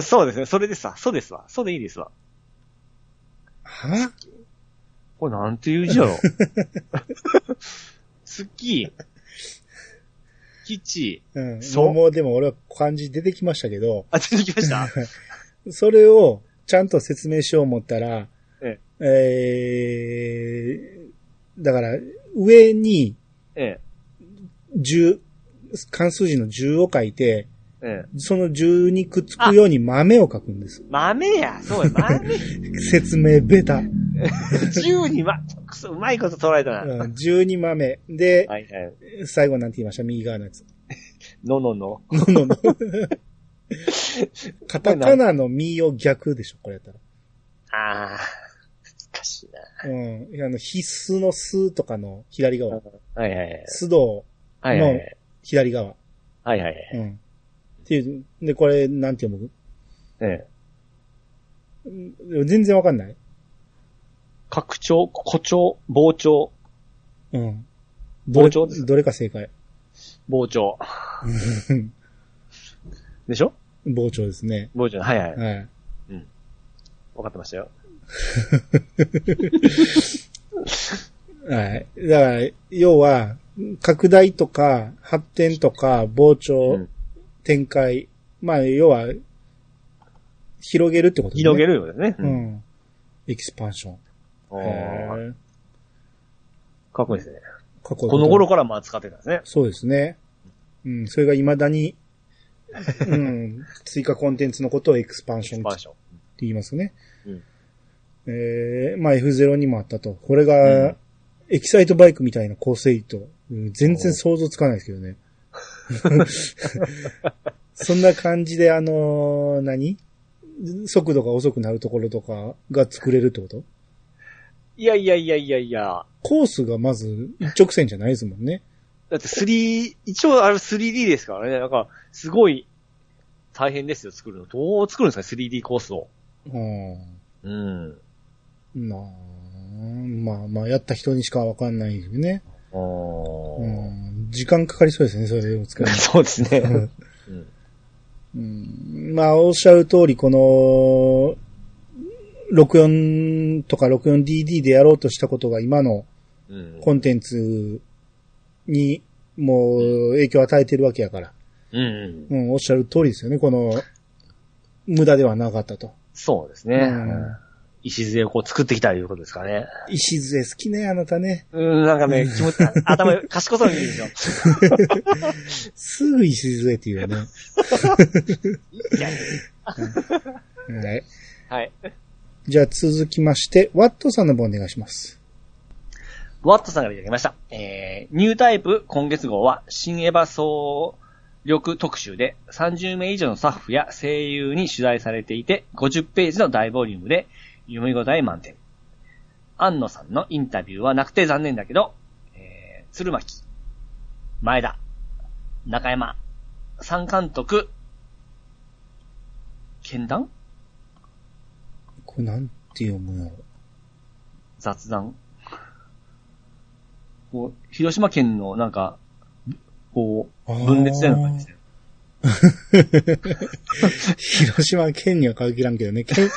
B: そうですね。それでさ、そうですわ。そうでいいですわ。
A: は
B: これなんていう字や
A: <laughs>
B: ろ。月、基地、
A: うん。
B: そう
A: もうでも俺は漢字出てきましたけど、
B: あ、出てき
A: <laughs>
B: ました
A: それをちゃんと説明しよう思ったら、
B: え
A: えー、だから、上に
B: ええ、
A: 10、関数字の10を書いて、
B: ええ。
A: その10にくっつくように豆を書くんです。
B: 豆や、そうや、豆。
A: 説明ベ
B: <laughs>
A: タ。
B: 十にま、くそ、うまいこと捉えたな。
A: うん、12豆。で、
B: はいはい。
A: 最後なんて言いました右側のやつ。
B: ののの。
A: のの
B: <laughs>
A: の。カタカナのミを逆でしょ、これやったら。
B: ああ、難しいな。
A: うん。あの、必須のスとかの左側。
B: はいはいはい。
A: 須道、
B: はいはいはい。
A: 左側。
B: はいはいはい。
A: うん。っていう、で、これ、なんて読む
B: ええ。
A: うん全然わかんない。
B: 拡張、誇張、膨張、
A: うん。どれ
B: 膨張です
A: どれか正解。
B: 膨張。 <laughs> でしょ
A: 膨張ですね。
B: 膨張。はいはい。分
A: はい。
B: かってましたよ。
A: はい。だから、要は、拡大とか、発展とか、膨張、
B: うん
A: 展開。まあ、要は、広げるってことですね。
B: 広げるようですね。
A: う。ん。エキスパンション。
B: おー
A: へー
B: かっこいいですね。
A: 過去
B: この頃からまあ使ってたんですね。
A: そうですね。うん、それが未だに、うん、追加コンテンツのことをエクスパンション
B: バー
A: って
B: ション。
A: 言いますね。
B: うん
A: えー、まあ F0 にもあったと。これが、エキサイトバイクみたいな構成と、うん全然想像つかないですけどね。
B: <laughs>
A: そんな感じで、あのー何速度が遅くなるところとかが作れるってこと
B: いやいやいやいやいや。
A: コースがまず一直線じゃないですもんね。
B: だって3、一応あれ 3D ですからね。なんか、すごい、大変ですよ、作るの。どう作るんですか、3D コースを。
A: うん
B: うん。
A: なあ、まあまあ、やった人にしかわかんないよね。うん、時間かかりそうですね、それを使う
B: <laughs> そうですね。
A: うん
B: うん
A: うんまあ、おっしゃる通り、この、64とか 64DD でやろうとしたことが今の
B: うん。
A: コンテンツにもう影響を与えてるわけやから。
B: うん。
A: うん、おっしゃる通りですよね、この、無駄ではなかったと。
B: そうですね。
A: うん
B: 礎をこう作ってきたということですかね。
A: 石杖好きね、あなたね。
B: うん、なんかね、気持ち、頭、賢そうに見えるん <laughs> ですよ。
A: すぐ石杖って言うよね。
B: いや
A: はい。
B: はい。
A: じゃあ続きまして、ワットさんの方お願いします。
B: ワットさんからいただきました。えー、ニュータイプ今月号は、新エヴァ総力特集で、30名以上のスタッフや声優に取材されていて、50ページの大ボリュームで、読み応え満点。安野さんのインタビューはなくて残念だけど、えー、鶴巻、前田、中山、三監督、剣談
A: これなんて読むんやろ。
B: 雑談。こう、広島県のなんか、こ
A: あ
B: う、
A: ー
B: 分裂みたいな感じで。
A: 広島県には限らんけどね。県、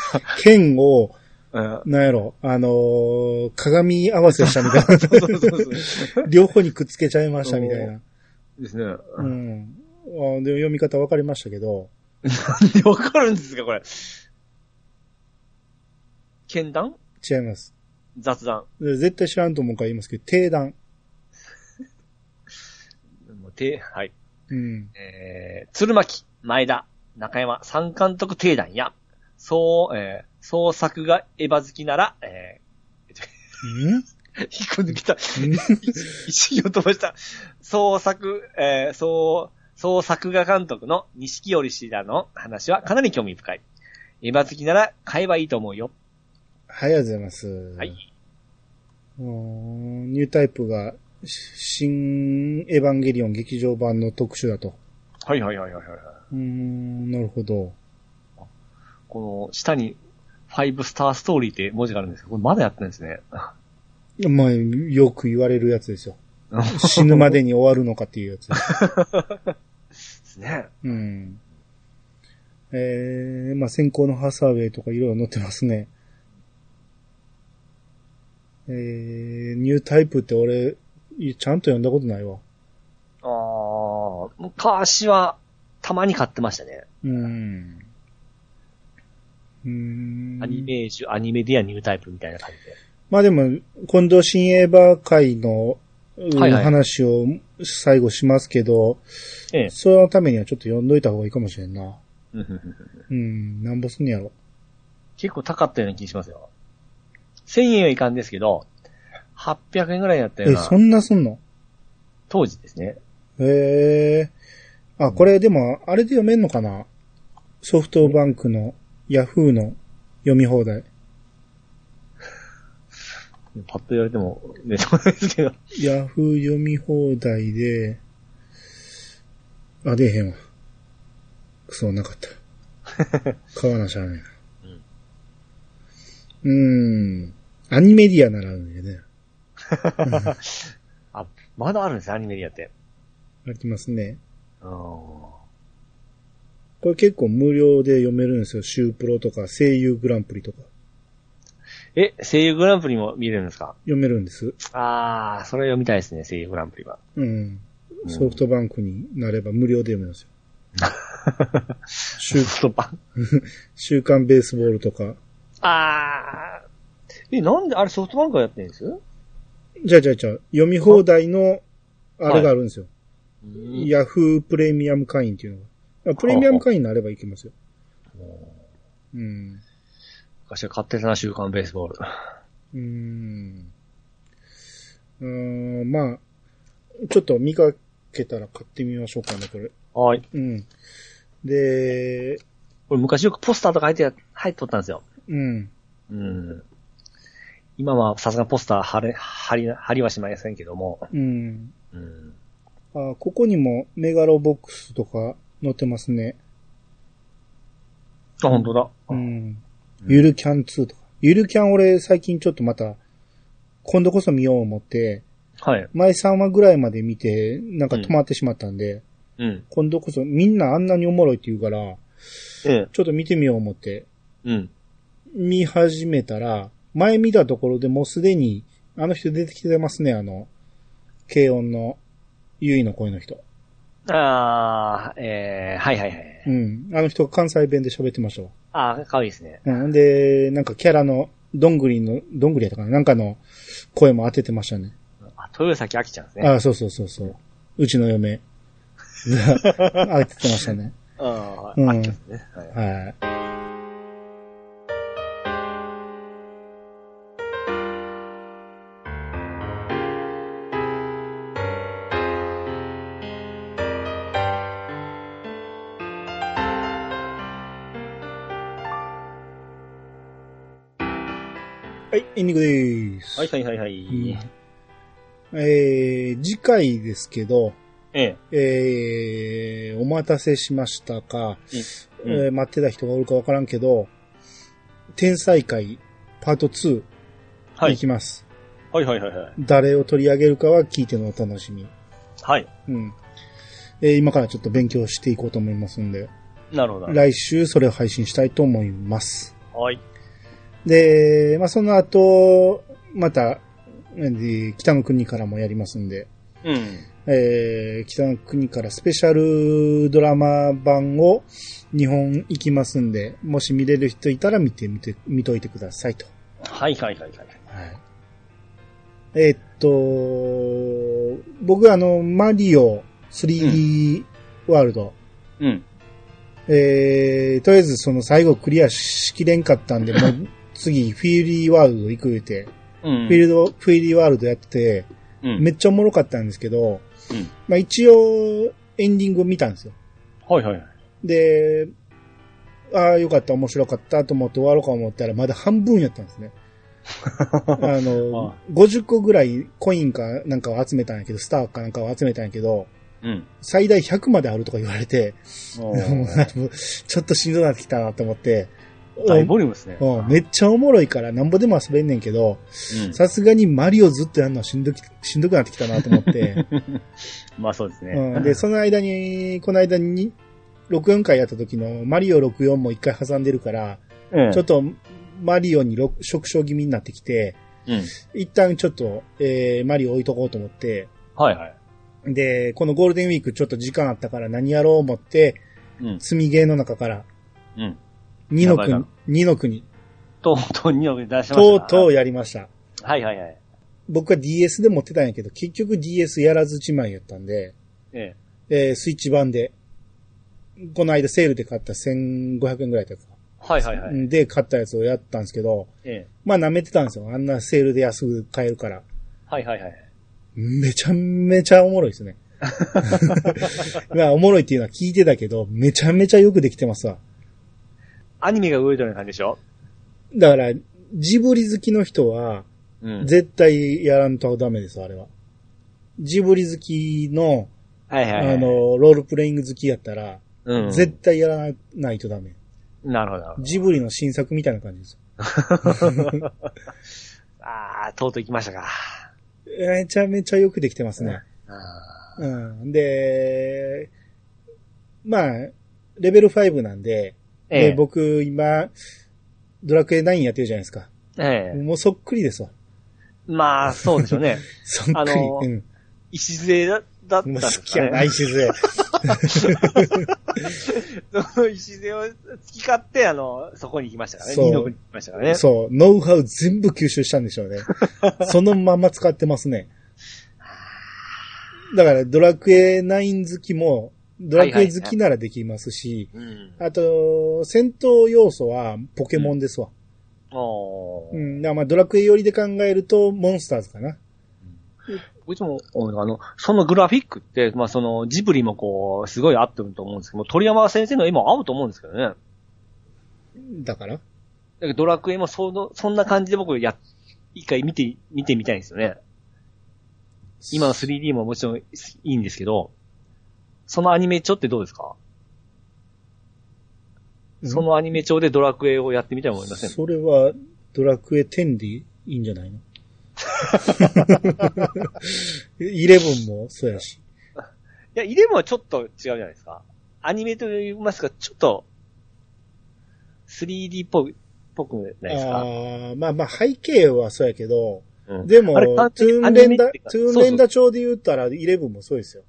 A: <laughs> 県を、
B: うん。
A: なんやろ、あのー鏡合わせしたみたい <laughs>
B: そうそうそうそう
A: な。両方にくっつけちゃいましたみたいな。
B: ですね。
A: う
B: なん
A: ん。あーでも読み方わかりましたけど。
B: でわかるんですか、これ。剣談
A: 違います。
B: 雑談。
A: で絶対知らんと思うから言いますけど、定談。
B: もうて、はい。
A: うん。
B: えー、鶴巻、前田、中山、三監督定談や、そう、えー、創作がエヴァ好きなら、え
A: <laughs>
B: ー、 <laughs> 引っこ抜けた。
A: んん
B: 一行飛ばした。創作、えー、そう、創作画監督の西織氏らの話はかなり興味深い。エヴァ好きなら買えばいいと思うよ。
A: はい、ありがとうございます。は
B: はい。。
A: ニュータイプが、し新エヴァンゲリオン劇場版の特集だと。
B: はいはいはいはいはい。
A: うーん、なるほど。
B: この、下に、ファイブスターストーリーって文字があるんですけど、これまだやってるんですね。
A: まあ、よく言われるやつ <laughs> ですよ。死ぬまでに終わるのかっていうやつ。
B: ですね。
A: うん。えー、まあ、先行のハサウェイとかいろいろ載ってますね。えー、ニュータイプって俺、いちゃんと読んだことないわ。
B: あー、昔は、たまに買ってましたね。
A: うん。うーん。
B: アニメージュ、アニメディアニュータイプみたいな感じで。
A: まあでも、近藤新エヴァ会の、うん
B: はいはい
A: 話を最後しますけど、
B: ええ
A: そのためにはちょっと読んどいた方がいいかもしれんな。
B: うんうんうん
A: うん、なんぼすんねやろ。
B: 結構高かったような気がしますよ。1000円はいかんですけど、800円ぐらいだったよう
A: え、
B: な
A: そ、んなすんの
B: 当時ですね。
A: へえ。あ、これでも、あれで読めんのかなソフトバンクの、ヤフーの読み放題。
B: パッと言われても、ね、そうなんです <laughs> けど。
A: ヤフー読み放題で、あ、出えへんわ。クソ、なかった。 <laughs> 買わなしゃあないな。うーん。アニメディアならあるんだよね。
B: あ、まだあるんですね、アニメディアって。
A: ありますね。
B: うん。
A: これ結構無料で読めるんですよ。シュープロとか、声優グランプリとか。
B: え、声優グランプリも見れるんですか
A: 読めるんです。
B: あー、それ読みたいですね、声優グランプリは。
A: うん。ソフトバンクになれば無料で読めますよ。週
B: ソフトバンク。
A: 週刊ベースボールとか。
B: あー。え、なんであれソフトバンクがやってるんです
A: じゃあじゃあじゃあ読み放題の、あれがあるんですよ。
B: いや、
A: ヤフープレミアム会員っていうのが。あプレミアム会員になればいけますよ。うん。
B: 昔は勝手な週刊ベースボール。
A: うーん。うーん、まあ、ちょっと見かけたら買ってみましょうかね、これ。
B: はい。
A: うん。で、
B: これ昔よくポスターとか入ってや、入っとったんですよ。
A: うん。
B: うん。今はさすがにポスター貼れ、貼り、貼りはしませんけども。
A: うん。
B: うん。
A: あ、ここにもメガロボックスとか載ってますね。
B: あ、本当だ。
A: うん。ゆるキャン2とか。ゆるキャン俺最近ちょっとまた、今度こそ見よう思って、
B: はい。
A: 前3話ぐらいまで見て、なんか止まってしまったんで、
B: うん。
A: 今度こそみんなあんなにおもろいって言うから、
B: ええ。
A: ちょっと見てみよう思って、
B: うん。
A: 見始めたら、前見たところでもうすでに、あの人出てきてますね、あの、軽音の、ゆいの声の人。
B: あー、えー、はいはいはい。
A: うん。あの人が関西弁で喋ってましたわ。
B: あー、かわいいですね。
A: うん。で、なんかキャラの、どんぐりの、どんぐりやったかななんかの声も当ててましたね。
B: あ、豊崎明ちゃんですね。
A: あそうそうそうそう。うちの嫁。 <laughs> あれって言ってましたね。
B: あ
A: うん
B: ー、あきちゃんですね。はい
A: はい。はい、エンディングです。
B: はいはいはいはい。
A: えー、次回ですけど、
B: ええ。
A: えー、お待たせしましたか、
B: うん
A: えー待ってた人がおるかわからんけど、天才会パート2
B: はいい
A: き。ます。
B: はいはいはいはい。
A: 誰を取り上げるかは聞いてのお楽しみ。
B: はい。
A: うん。えー今からちょっと勉強していこうと思いますんで、
B: なるほど。
A: 来週それを配信したいと思います。
B: はい。
A: で、まあ、その後、また、えー北の国からもやりますんで、
B: うん。
A: えー北の国からスペシャルドラマ版を日本行きますんで、もし見れる人いたら見てみて、見といてくださいと。
B: はいはいはいはい。
A: はい。えーっと、僕あの、マリオ 3D ワールド、
B: うん。
A: えー、とりあえずその最後クリアしきれんかった
B: <laughs>
A: んで、もう次フィーリーワールド行く言うて、
B: うん。
A: フィールド、フィーリーワールドやって、
B: うん。
A: めっちゃおもろかったんですけど、
B: うん
A: まあ一応エンディング見たんですよ。
B: はいはいはい。
A: で、ああ、よかった、面白かったと思って終わろうか思ったら、まだ半分やったんです
B: <laughs>
A: ね。あの
B: あ、
A: 50個ぐらいコインかなんかを集めたんやけど、スターかなんかを集めたんやけど、
B: うん。
A: 最大100まであるとか言われて、
B: お
A: <laughs> もう
B: ー
A: だいぶちょっとしんどくなってきたなと思って、
B: 大ボリュームですね。
A: うんめっちゃおもろいから、なんぼでも遊べんねんけど、
B: うん
A: さすがにマリオずっとやるのはしんどきしんどくなってきたなと思って、
B: まあそうですね。 <laughs>
A: うん、で、その間に、この間に、64回やった時のマリオ64も一回挟んでるから、
B: うん
A: ちょっとマリオにろ触傷気味になってきて、
B: うん。
A: 一旦ちょっと、えー、マリオ置いとこうと思って、
B: はいはい。
A: で、このゴールデンウィークちょっと時間あったから何やろう思って、
B: うん。
A: 積みゲーの中から、
B: うん。
A: 二の
B: やばい
A: 国
B: な、
A: 二の国、
B: とうとう2億出しま
A: と
B: し
A: う
B: た。
A: とう
B: う。
A: やりました。
B: はいはいはい。
A: 僕は DS で持ってたんやけど、結局 DS やらず自慢やったんで、
B: え
A: えー、スイッチ版で、この間セールで買った1500円ぐらいだったか
B: え。はいはいはい。
A: で、買ったやつをやったんですけど、
B: ええ。
A: まあ舐めてたんですよ。あんなセールで安く買えるから。
B: はいはいはい。
A: めちゃめちゃおもろいです
B: <laughs>
A: ね。 <laughs> まあ、おもろいっていうのは聞いてたけど、めちゃめちゃよくできてますわ。
B: アニメが動いてるような感じでしょ
A: だから、ジブリ好きの人は、
B: うん。
A: 絶対やらんとダメです、あれは。ジブリ好きの、
B: はいはいはい。
A: あ、の、ロールプレイング好きやったら、
B: うん。
A: 絶対やらないとダメ。
B: なるほどなるほど。
A: ジブリの新作みたいな感じです。
B: <laughs> ああ、とうとう行きましたか。
A: めちゃめちゃよくできてますね。
B: ああ
A: うん。で、まあ、レベル5なんで、
B: え
A: で
B: え。
A: 僕今、ドラクエ9やってるじゃないですか。
B: ええ。
A: もうそっくりですわ。
B: まあ、そうでしょ
A: <laughs>
B: うね。
A: そっくり。
B: あのー
A: うん。
B: 礎だだったん
A: も
B: で
A: う
B: す
A: 好き
B: か
A: や
B: ね。
A: ないし
B: <laughs>
A: ず。
B: その <laughs> 礎を突き勝って、あの、そこに行きましたからね。
A: そう
B: 二の国に行きましたからね。
A: そう、ノウハウ全部吸収したんでしょう
B: <laughs>
A: ね。そのまんま使ってますね。だからドラクエ9好きも、ドラクエ好きならできますし、
B: うん。
A: あと、戦闘要素はポケモンですわ。
B: お
A: う
B: ー。
A: ん、だからまあドラクエ寄りで考えると、モンスターズかな。
B: いつも、あの、そのグラフィックって、まあ、その、ジブリもこう、すごい合ってると思うんですけども、鳥山先生の絵も合うと思うんですけどね。だ
A: だから
B: けどドラクエもその、そんな感じで僕や、一回見て、見てみたいんですよね。今の 3D ももちろんいいんですけど、そのアニメ調ってどうですか、そのアニメ調でドラクエをやってみたいと思いません
A: それは、ドラクエ10でいいんじゃ
B: <laughs>
A: ないの ?11 もそうやし。
B: いや、イレブンはちょっと違うじゃないですか。アニメと言いますか、ちょっと、3D っぽく、ぽくないです
A: あ
B: か
A: ーまあまあ背景はそうやけど、
B: うん
A: でも、
B: あ
A: ト
B: れ
A: ゥ
B: 完全
A: ーンレンダ
B: にアニメっていう、か
A: トゥーンレンダ調で言ったら11もそう
B: <laughs>
A: ですよ。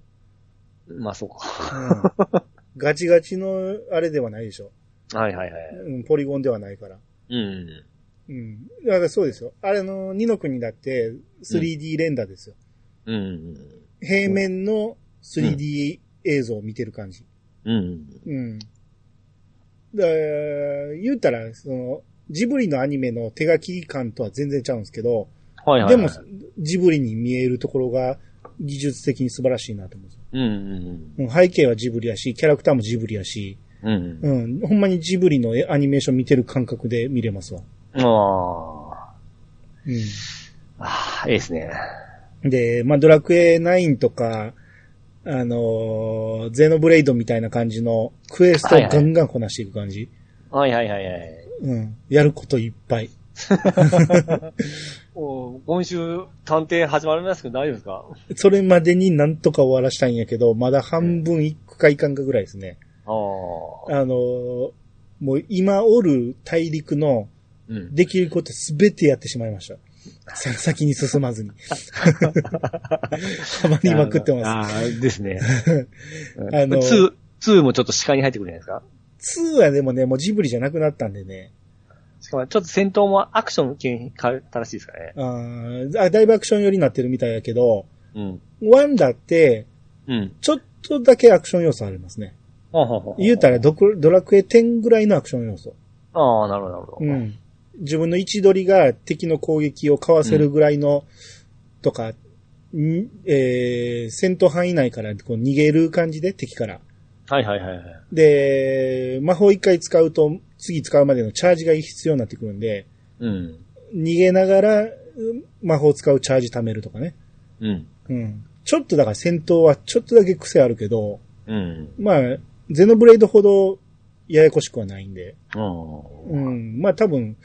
B: まあそうか。
A: ガチガチのあれではないでしょ。
B: はいはいはい。
A: うん、ポリゴンではないから。
B: うん。
A: うん。だからそうですよ。あれの、二の国だって 3D レンダですよ。
B: うん。
A: 平面の 3D 映像を見てる感じ。
B: うん。
A: うん。だ言うたら、その、ジブリのアニメの手書き感とは全然ちゃうんですけど、
B: はいはいは
A: で
B: い。
A: も、ジブリに見えるところが技術的に素晴らしいなと思うんですよ
B: うんうん
A: うん。背景はジブリやし、キャラクターもジブリやし、
B: うん。うん。
A: うん、ほんまにジブリの絵アニメーション見てる感覚で見れますわ。
B: ああ。ああ、いいですね。
A: うん。で、まあ、ドラクエ9とか、あのーゼノブレイドみたいな感じのクエストをガンガンこなしていく感じ。
B: はいはいはいはい。
A: うん。やることいっぱい。
B: お今週、探偵始まりますけど大丈夫ですか
A: それまでになんとか終わらしたいんやけど、まだ半分いくかいかんかぐらいですね。
B: ああ。
A: あのーもう今おる大陸の
B: うん。
A: できることすべてやってしまいました。さ先に進まずに。 <laughs> ハマりまくってます。
B: ああ、ですね。
A: <laughs> あの
B: 2、2もちょっと視界に入ってくるじゃないですか
A: 2はでもね、もうジブリじゃなくなったんでね。
B: しかも、ちょっと戦闘もアクション系に変わったらしいですかね。
A: あーあ、だいぶアクション寄りになってるみたいやけど、
B: うん。
A: ワンだって、
B: うん。
A: ちょっとだけアクション要素ありますね。
B: ほうほうほう
A: 言うたらドクドラクエ10ぐらいのアクション要素。
B: ああ、なるほど、なるほど。
A: うん。自分の位置取りが敵の攻撃をかわせるぐらいの、とか、んえー、戦闘範囲内からこう逃げる感じで敵から。
B: はいはいはいはい。
A: で、魔法一回使うと、次使うまでのチャージが必要になってくるんで、
B: うん。
A: 逃げながらうん魔法使うチャージ貯めるとかね。
B: うん。
A: うん。ちょっとだから戦闘はちょっとだけ癖あるけど、
B: うん。
A: まあ、ゼノブレイドほどややこしくはないんで、
B: うん。
A: うん。まあ多分、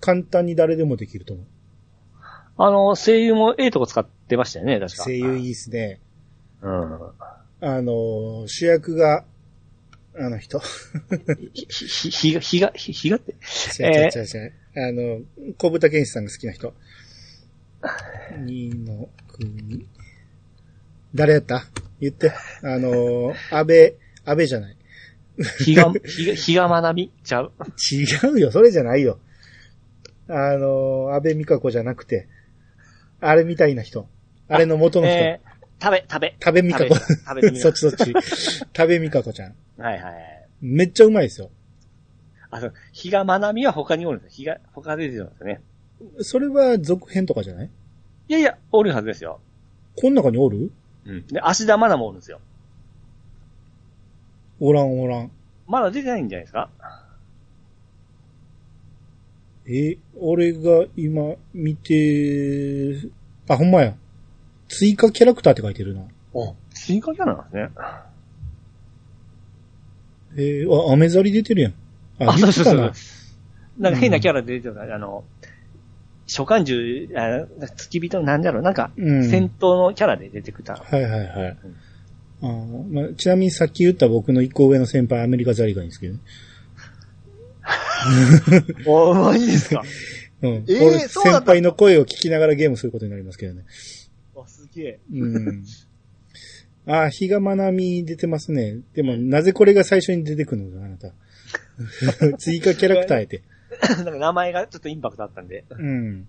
A: 簡単に誰でもできると思う。
B: あの、声優も A とか使ってましたよね、確か。
A: 声優いいですね。
B: うん。
A: あの、主役が、あの人。
B: ひ、ひ、ひが、ひが、ひひがって。
A: 違う違う違う違うあの、小豚健志さんが好きな人。二の国。誰やった言って。あの、安倍、安倍じゃない。
B: ひが、ひが、 <laughs> ひがまなみちゃう。
A: 違うよ、それじゃないよ。あの、安倍美香子じゃなくて、あれみたいな人。あれの元の人。
B: えー、食べ、食べ。
A: 食べ美香子。
B: 食べ、食べ。
A: <laughs> そっちそっち。食べ美香子ちゃん。
B: はいはいはい。
A: めっちゃうまいですよ。
B: あ、そう、ひがまなみは他におるんですよ。ひが、他出てるんですよね。
A: それは続編とかじゃない
B: いやいや、おるはずですよ。
A: こん中におる
B: うん。で、芦田愛菜もおるんですよ。
A: おらんおらん。
B: まだ出てないんじゃないですか
A: え、俺が今見て、あ、ほんまや。追加キャラクターって書いてるな。
B: お追加キャラなんですね。
A: えーあ、アメザリ出てるやん。あ、
B: あ、
A: 見
B: そう
A: て
B: そう
A: た
B: そう
A: な。。
B: なんか変なキャラ出てるから、あの、召喚獣、あ付き人なんだろう、なんか、
A: うん
B: 戦闘のキャラで出てく <laughs> た。
A: はいはいはい。あーまあ、ちなみにさっき言った僕の一個上の先輩アメリカザリがいいんですけどね。
B: おマジですか
A: うん。
B: えー
A: 俺、
B: そうだ
A: 先
B: った
A: 輩の声を聞きながらゲームすることになりますけどね。
B: あ、すげえ。 <laughs>
A: うん。あー、比嘉まなみ出てますね。でも、なぜこれが最初に出てくるのか、あなた。 <laughs> 追加キャラクターやて。
B: なんか名前がちょっとインパクトあったんで。
A: うん。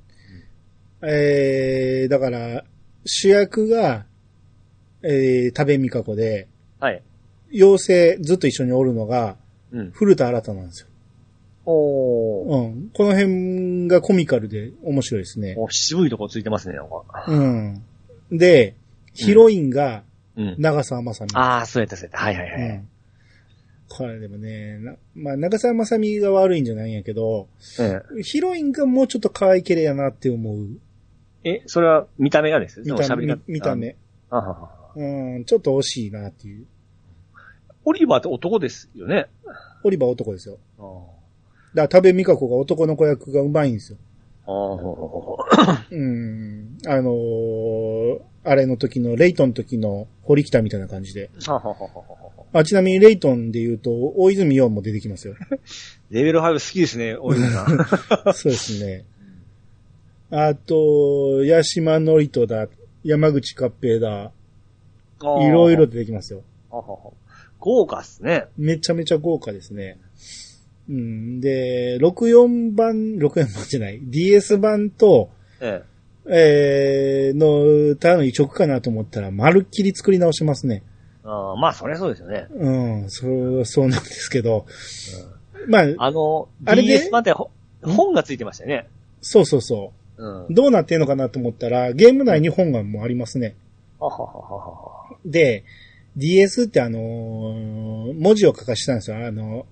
A: えー、だから、主役が、えー、多部美香子で、
B: はい。
A: 妖精ずっと一緒におるのが、
B: うん。
A: 古田新太なんですよ。
B: おー。
A: うん。この辺がコミカルで面白いですね。
B: お渋いとこついてますね、なんか。
A: うん。で、ヒロインが
B: うん。
A: 長澤まさみ。
B: あー、そうやったそうやった。はいはいは
A: う
B: い。
A: ん。これでもね、なまあ、長澤まさみが悪いんじゃないんやけど、
B: うん。
A: ヒロインがもうちょっと可愛い系やなって思う。
B: え、それは見た目がです
A: 見
B: ね。
A: た
B: でも喋り
A: 目
B: 方、
A: 見た。目。
B: あはは
A: うん、ちょっと惜しいなっていう。
B: オリバーって男ですよね。
A: オリバー男ですよ。
B: あー。
A: だから、多部美香子が男の子役がうまいんですよ。
B: <laughs> あー。
A: うん。あのーあれの時の、レイトンの時の堀北みたいな感じで。
B: はははは
A: あ、ちなみにレイトンで言うと、大泉洋も出てきますよ。
B: レベル5好きですね、大泉さん。
A: そうですね。あと、八島のりとだ、山口勝平だ、
B: い
A: いろいろ。出てきますよ。
B: あはは豪華っすね。
A: めちゃめちゃ豪華ですね。うん。で、64版、64版じゃない、DS 版と、
B: え
A: えー、の歌の移植かなと思ったら、まるっきり作り直しますね。
B: え。あーまあ、そりゃそうですよね。
A: うん、そう、そうなんですけど。まあ、
B: あの、
A: あれで
B: DS までほ本がついてましたよね。
A: そうそうそうう。
B: ん。
A: どうなってんのかなと思ったら、ゲーム内に本がもうありますね。
B: あはははは。
A: で、DS ってあのー文字を書かしてたんですよ。あの、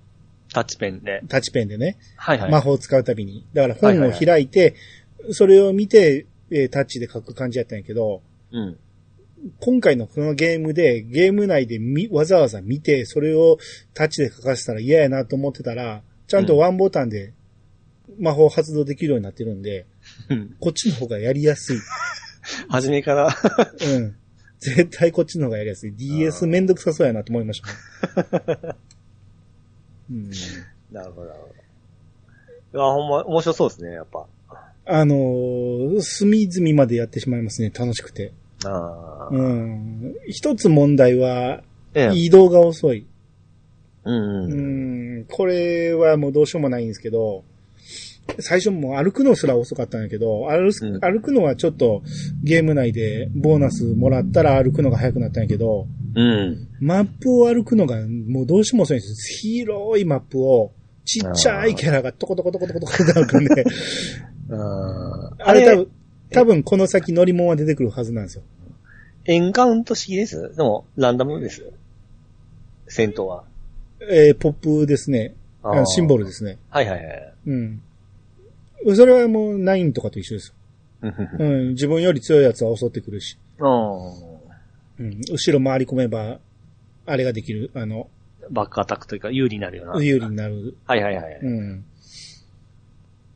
B: タッチペンで。
A: タッチペンでね。
B: はいはい。
A: 魔法を使うたびに。だから本を開いて、それを見て、えータッチで書く感じやったんやけど、
B: うん。 <laughs>
A: 今回のこのゲームで、ゲーム内でみわざわざ見て、それをタッチで書かせたら嫌やなと思ってたら、ちゃんとワンボタンで魔法発動できるようになってるんで、
B: うん
A: こっちの方がやりやすい。
B: 初めから。 <laughs>
A: うん。絶対こっちの方がやりやすい。DS めんどくさそうやなと思いました、ね。
B: <laughs>
A: うん、
B: なるほど、なるほど。あ、ほんま、面白そうですね、やっぱ。
A: あのー隅々までやってしまいますね、楽しくて。
B: ああ。
A: うん。一つ問題は、
B: ええ。
A: 移動が遅い。
B: うん
A: う
B: うん。
A: ん、これはもうどうしようもないんですけど、最初もう歩くのすら遅かったんだけど、歩す
B: うん
A: 歩くのはちょっとゲーム内でボーナスもらったら歩くのが早くなったんやけど、
B: うん。
A: マップを歩くのがもうどうしても遅いんです広いマップを、ちっちゃいキャラがトコトコトコトコトコって歩くんで、
B: あー
A: あれ多分、多分この先乗り物は出てくるはずなんですよ。
B: エンカウント式ですでも、ランダムです。戦闘は。
A: えーポップですね。あのシンボ
B: ル。
A: ルですね。
B: はいはいはい。
A: うん。それはもうナインとかと一緒ですよ。
B: うんうん
A: うん、自分より強いやつは襲ってくるし。
B: う
A: うん、後ろ回り込めば、あれができる、あの、
B: ん。バックアタックというか、有利になるような。
A: 有利になる。
B: はいはいはい。
A: うん。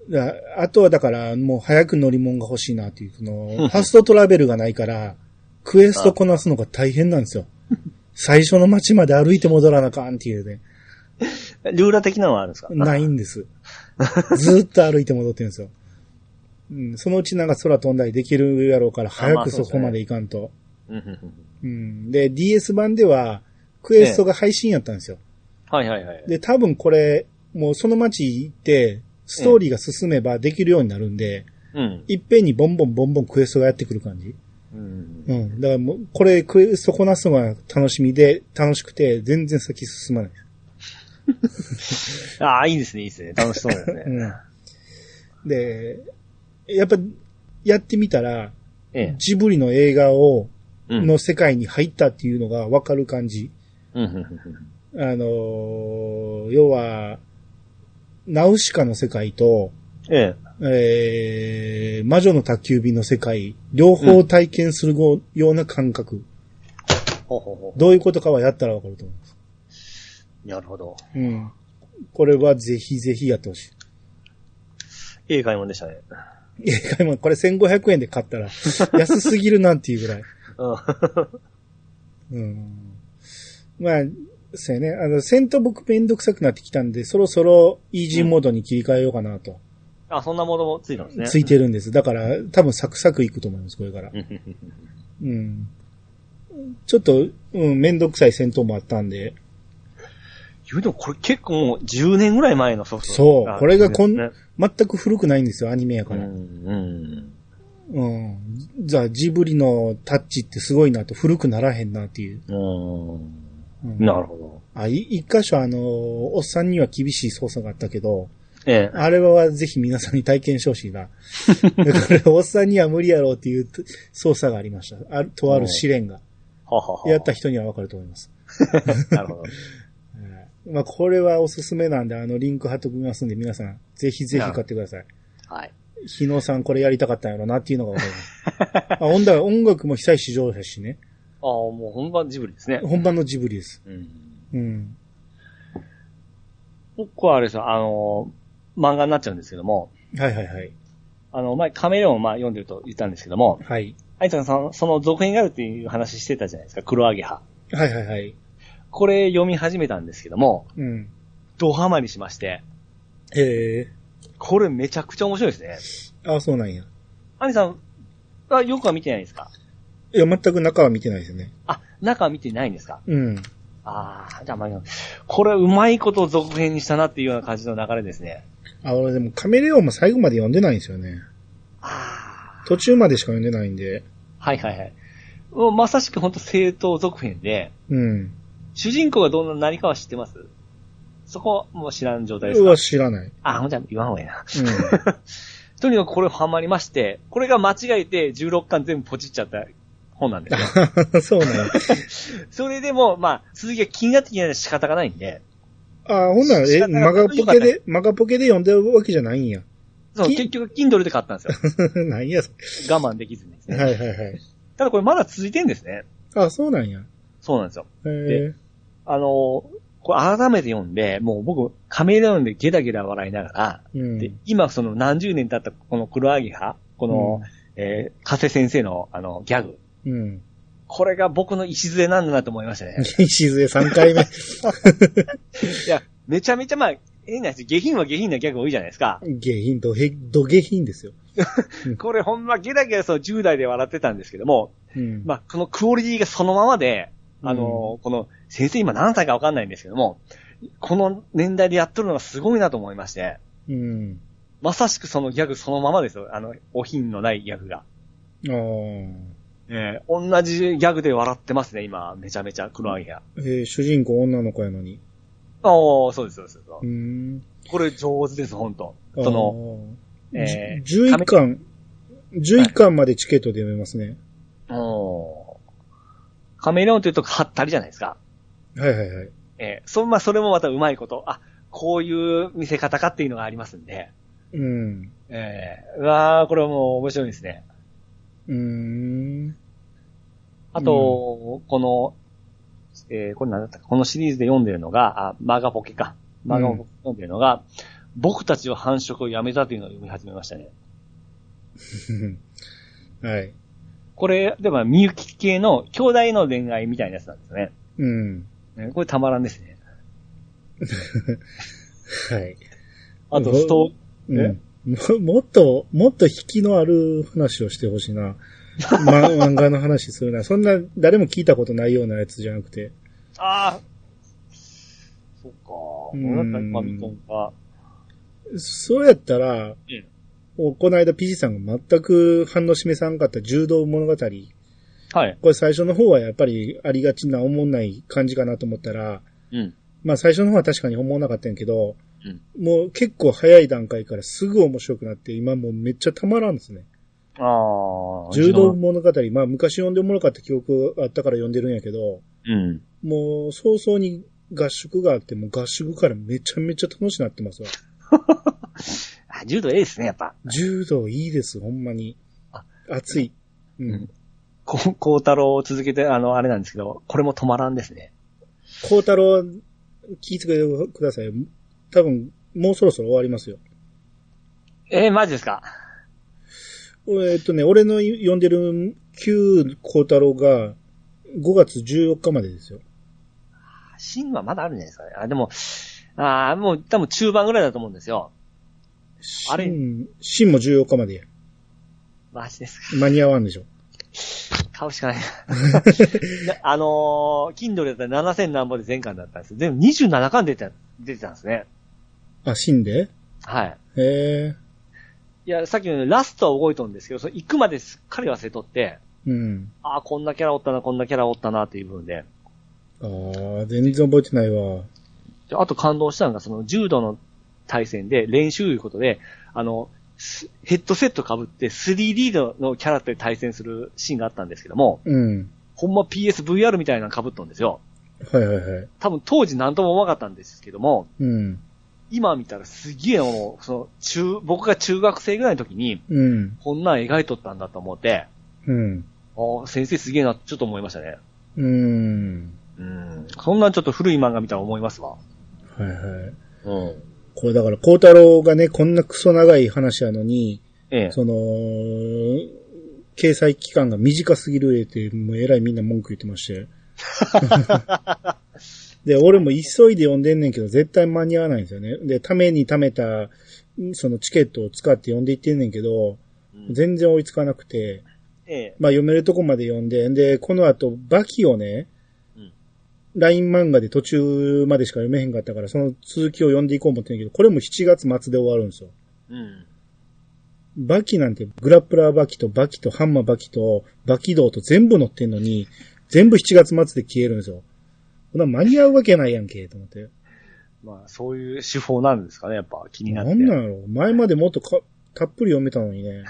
A: だあとはだから、もう早く乗り物が欲しいなっていう、そ <laughs> の、ファストトラベルがないから、クエストこなすのが大変なんです <laughs> よ。最初の街まで歩いて戻らなあかんっていうね。
B: ルーラ的なのはあるんですか
A: ないん <laughs> です。ずーっと歩いて戻ってるんですよ。うん、そのうちなんか空飛んだりできるやろうから、早くそこまで行かんと。
B: うんうんうん
A: うん。で、DS 版では、クエストが配信やったんですよ。
B: はいはいはい。
A: で、多分これ、もうその街行って、ストーリーが進めばできるようになるんで、
B: うん。
A: いっぺんにボンボンボンボンクエストがやってくる感じ。
B: うん
A: うん。だからもう、これクエストこなすのが楽しみで、楽しくて、全然先進まない。
B: ああ、いいですね、いいですね。楽しそうですね。
A: うん。で、やっぱ、やってみたら、
B: ええ。
A: ジブリの映画を、
B: うん。
A: の世界に入ったっていうのがわかる感じ。
B: うんうんうん
A: あのー要は、ナウシカの世界と、
B: ええ。
A: えー、魔女の宅急便の世界、両方体験するごような感覚、
B: ほうほうほ
A: どういうことかはやったらわかると思います。
B: う。なるほど。
A: うん。これはぜひぜひやってほしい。
B: いい買い物でしたね。
A: いや、買い物これ1500円で買った <laughs> ら、安すぎるなんていうぐらい。
B: うん。 <laughs>
A: うん。まあ、そうやね。あの、戦闘僕めんどくさくなってきたんで、そろそろイージーモードに切り替えようかなと。
B: あ、そんなものもついたんですね。
A: ついてるんです。だから、多分サクサクいくと思います、これから。
B: うんうん
A: うん。ちょっと、うん、めんどくさい戦闘もあったんで、
B: 言うてもこれ結構もう10年ぐらい前のソフト。
A: そう
B: あ
A: これがこん
B: ね
A: 全く古くないんですよ、アニメや
B: う
A: から。
B: ん。うん。
A: うん。じゃあ、ジブリのタッチってすごいなと、古くならへんなっていう。
B: うん。
A: うん、
B: なるほど。
A: あ、い一箇所あの、おっさんには厳しい操作があったけど、
B: ええ。
A: あれはぜひ皆さんに体験してほしい <laughs> な。これ、おっさんには無理やろうっていう操作がありました。あるとある試練が。
B: ははは。
A: やった人にはわかると思います。
B: なるほど。
A: はいまあ、これはおすすめなんで、あの、リンク貼っときますんで、皆さん、ぜひぜひ買ってください。
B: はい。
A: 日野さんこれやりたかったんやろなっていうのがわかり <laughs> ます。あ、ほんだら音楽も久石上だしね。
B: ああ、もう本番ジブリですね。
A: 本番のジブリです。
B: うん。
A: うん。
B: 僕はあれですよ、あの、漫画になっちゃうんですけども、
A: はいはいはい。
B: あの、前カメレオンをまあ読んでると言ったんですけども、
A: はい。
B: あいつがそのその続編があるっていう話してたじゃないですか、黒アゲハ。
A: はいはいはい。
B: これ読み始めたんですけども、
A: うん。
B: ドハマりしまして、
A: へえ。
B: これめちゃくちゃ面白いですね。
A: あ、そうなんや。
B: アニさんはよくは見てないですか
A: いや、全く中は見てないですよね。
B: あ、中は見てないんですか
A: うん。
B: ああ、じゃあまあ、これうまいことを続編にしたなっていうような感じの流れですね。
A: あ、俺でもカメレオンも最後まで読んでないんですよね。
B: あ
A: 途中までしか読んでないんで。
B: あ、はいはいはい。もうまさしく本当正当続編で、
A: うん。
B: 主人公がどんな何かは知ってますそこはもう知らん状態です
A: う
B: か
A: わ、知らない。
B: あ、ほんじゃ言わんほうがいい
A: う
B: な。
A: ん。
B: とにかくこれハマりまして、これが間違えて16巻全部ポチっちゃった本な
A: <laughs>
B: んですよ。
A: あそうなんや。
B: それでも、まあ、続きが気になって気になって仕方がないんで、
A: あ、ほんなら、
B: 仕
A: え、
B: 方が
A: マガポ
B: 良かっ
A: ケ
B: た
A: で、マガポケで読んでるわけじゃないんや。 <laughs>
B: そう、
A: き
B: 結局 Kindle で買った
A: <laughs>
B: んですよ。
A: なんやそ
B: 我慢できずにです
A: れ。
B: ね。
A: はいはいはい。
B: ただこれまだ続いてんですね。
A: あ、そうなんや。
B: そうなんですよ。
A: えー、
B: あのーこれ改めて読んで、もう僕、亀なのでゲダゲダ笑いながら、
A: うん。
B: で、今その何十年経ったこの黒アギハ、この、えー、加瀬先生のあの、ギャグ。
A: うん。
B: これが僕の礎なんだなと思いましたね。
A: 石杖3回目。 <laughs>
B: いや、めちゃめちゃまあ、変な話、下品は下品なギャグ多いじゃないですか。
A: 下品、どへ、ど下品ですよ。
B: これほんまゲラゲラそう10代で笑ってたんですけども、
A: うん。
B: まあ、このクオリティがそのままで、あの、この、先生今何歳かわかんないんですけども、この年代でやっとるのがすごいなと思いまして、
A: うん。
B: まさしくそのギャグそのままですよ。あの、お品のないギャグが。
A: ああ。
B: えー同じギャグで笑ってますね、今。めちゃめちゃ黒揚げが。
A: えー、主人公女の子やのに。
B: ああ、そうです、そうです。そう
A: う
B: で
A: ーん。
B: すこれ上手です、本当
A: あー
B: その、、えー
A: じゅ11巻、11巻までチケットで読めますね。
B: おーカメレオンというと、はったりじゃないですか。
A: はいはいはい。
B: えーそ、まあ、それもまたうまいこと。あ、こういう見せ方かっていうのがありますんで。
A: うん。
B: えー、うわー、これはもう面白いですね。
A: うーん。
B: あと、この、えーこれ何だったか、このシリーズで読んでるのが、あ、マガポケか。マガポケ読んでるのが、僕たちは繁殖をやめたというのを読み始めましたね。
A: <laughs> はい。
B: これ、でも、みゆき系の兄弟の恋愛みたいなやつなんですよね。
A: うん。
B: えーこれたまらんですね。
A: はい。
B: あと、スト
A: うん。ももっと、もっと引きのある話をしてほしいな。 <laughs> ま、漫画の話するな。そんな、誰も聞いたことないようなやつじゃなくて。
B: ああ。そっ
A: う
B: か。
A: ん
B: 俺だったらファミコンか。
A: そうやったら、
B: ええ
A: おこの間 PG さんが全く反応示さんかった柔道物語。
B: はい。
A: これ最初の方はやっぱりありがちな思んない感じかなと思ったら、
B: うん。
A: まあ最初の方は確かに思わなかったんやけど、
B: うん
A: もう結構早い段階からすぐ面白くなって、今もうめっちゃたまらんですね。
B: ああ。
A: 柔道
B: うち
A: 物語、まあ昔読んでおもろかった記憶あったから読んでるんやけど、
B: のうん。
A: もう早々に合宿があって、もう合宿からめちゃめちゃ楽しくなってますわ。
B: あ、柔道いいですね、やっぱ。
A: 柔道いいです、ほんまに
B: あ。
A: 熱い。うん。
B: うんこう、こうたろうを続けて、あの、あれなんですけど、これも止まらんですね。
A: 孝太郎、聞いてください。多分、もうそろそろ終わりますよ。
B: えー、マジですか
A: えっとね、俺の読んでる旧孝太郎が5月14日までですよ。
B: 芯はまだあるんじゃないですかね。あ、でも、ああ、もう多分中盤ぐらいだと思うんですよ。あれ
A: 新新も14日までや。
B: マジですか。
A: 間に合わんでしょ。
B: 買うしかない。 <laughs> なあのー、Kindle だったら7000何本で全巻だったんですよ。でも27巻出てた、出てたんですね。
A: あ、新で
B: はい。
A: へえ。
B: いや、さっきのようにラストは動いとるんですけど、それ行くまですっかり忘れとって、
A: うん。
B: ああ、こんなキャラおったな、こんなキャラおったな、という部分で。
A: ああ、全然覚えてないわ。
B: であと感動したのが、その柔道の対戦で練習いうことで、あの、すヘッドセット被って 3D ののキャラと対戦するシーンがあったんですけども、
A: うん。
B: ほんま PSVR みたいなの被っとんですよ。
A: はいはいはい。
B: 多分当時何とも思わなかったんですけども、
A: うん。
B: 今見たらすげえもう、その中、僕が中学生ぐらいの時に、
A: うん。
B: こんなん描いとったんだと思って、
A: うん。
B: ああ、先生すげえな、ちょっと思いましたね。
A: うん。
B: うんそんなんちょっと古い漫画見たら思いますわ。
A: はいはい。
B: うん。
A: これだから、孝太郎がね、こんなクソ長い話やのに、
B: ええ。
A: その、掲載期間が短すぎるえって、もうえらいみんな文句言ってまして。で、俺も急いで読んでんねんけど、絶対間に合わないんですよね。で、ために貯めた、そのチケットを使って読んでいってんねんけど、
B: うん
A: 全然追いつかなくて、
B: ええ。
A: まあ読めるとこまで読んで、で、この後、バキをね
B: うん、
A: ライン漫画で途中までしか読めへんかったから、その続きを読んでいこう思ってんねんけど、これも7月末で終わるんですよ。
B: うん。
A: バキなんて、グラップラーバキとバキとハンマーバキとバキ道と全部乗ってんのに、全部7月末で消えるんですよ。こんな間に合うわけないやんけ、と思って。
B: まあ、そういう手法なんですかね、やっぱ気にな
A: な
B: って。
A: んなんやろ前までもっとか、たっぷり読めたのにね。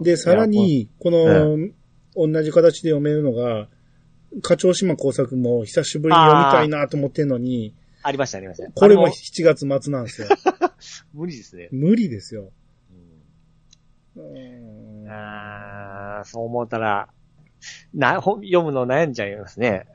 A: で、さら
B: い
A: に、この、同じ形で読めるのが、課長島工作も久しぶりに読みたいなと思ってんのに、
B: ありました、ありました。
A: これ
B: あ
A: も7
B: の
A: 月末なんですよ。
B: 無理ですね。
A: 無理ですよ。
B: うん
A: うん
B: あーそう思ったら、な、ほ読むの悩んじゃいますね。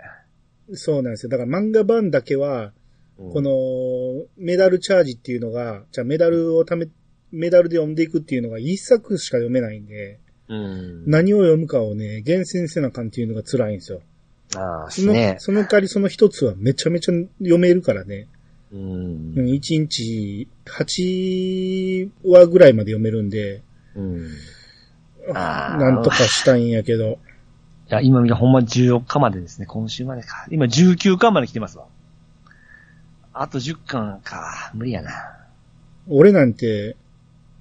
A: そうなんですよ。だから漫画版だけは、
B: こ
A: こ、の、メダルチャージっていうのが、じゃあメダルをため、メダルで読んでいくっていうのが一作しか読めないんで、
B: うん。
A: 何を読むかをね、厳選せなあかんっていうのが辛いんですよ。
B: ああ、
A: そ
B: す
A: の、
B: ね。
A: その代わりその一つはめちゃめちゃ読めるからね。
B: う。
A: うんん、1日8話ぐらいまで読めるんで、
B: うん。あー
A: なんとかしたいんやけど、
B: いや、今見たほんま14日までですね。今週までか。今19巻まで来てますわ。あと10巻か。無理やな。
A: 俺なんて、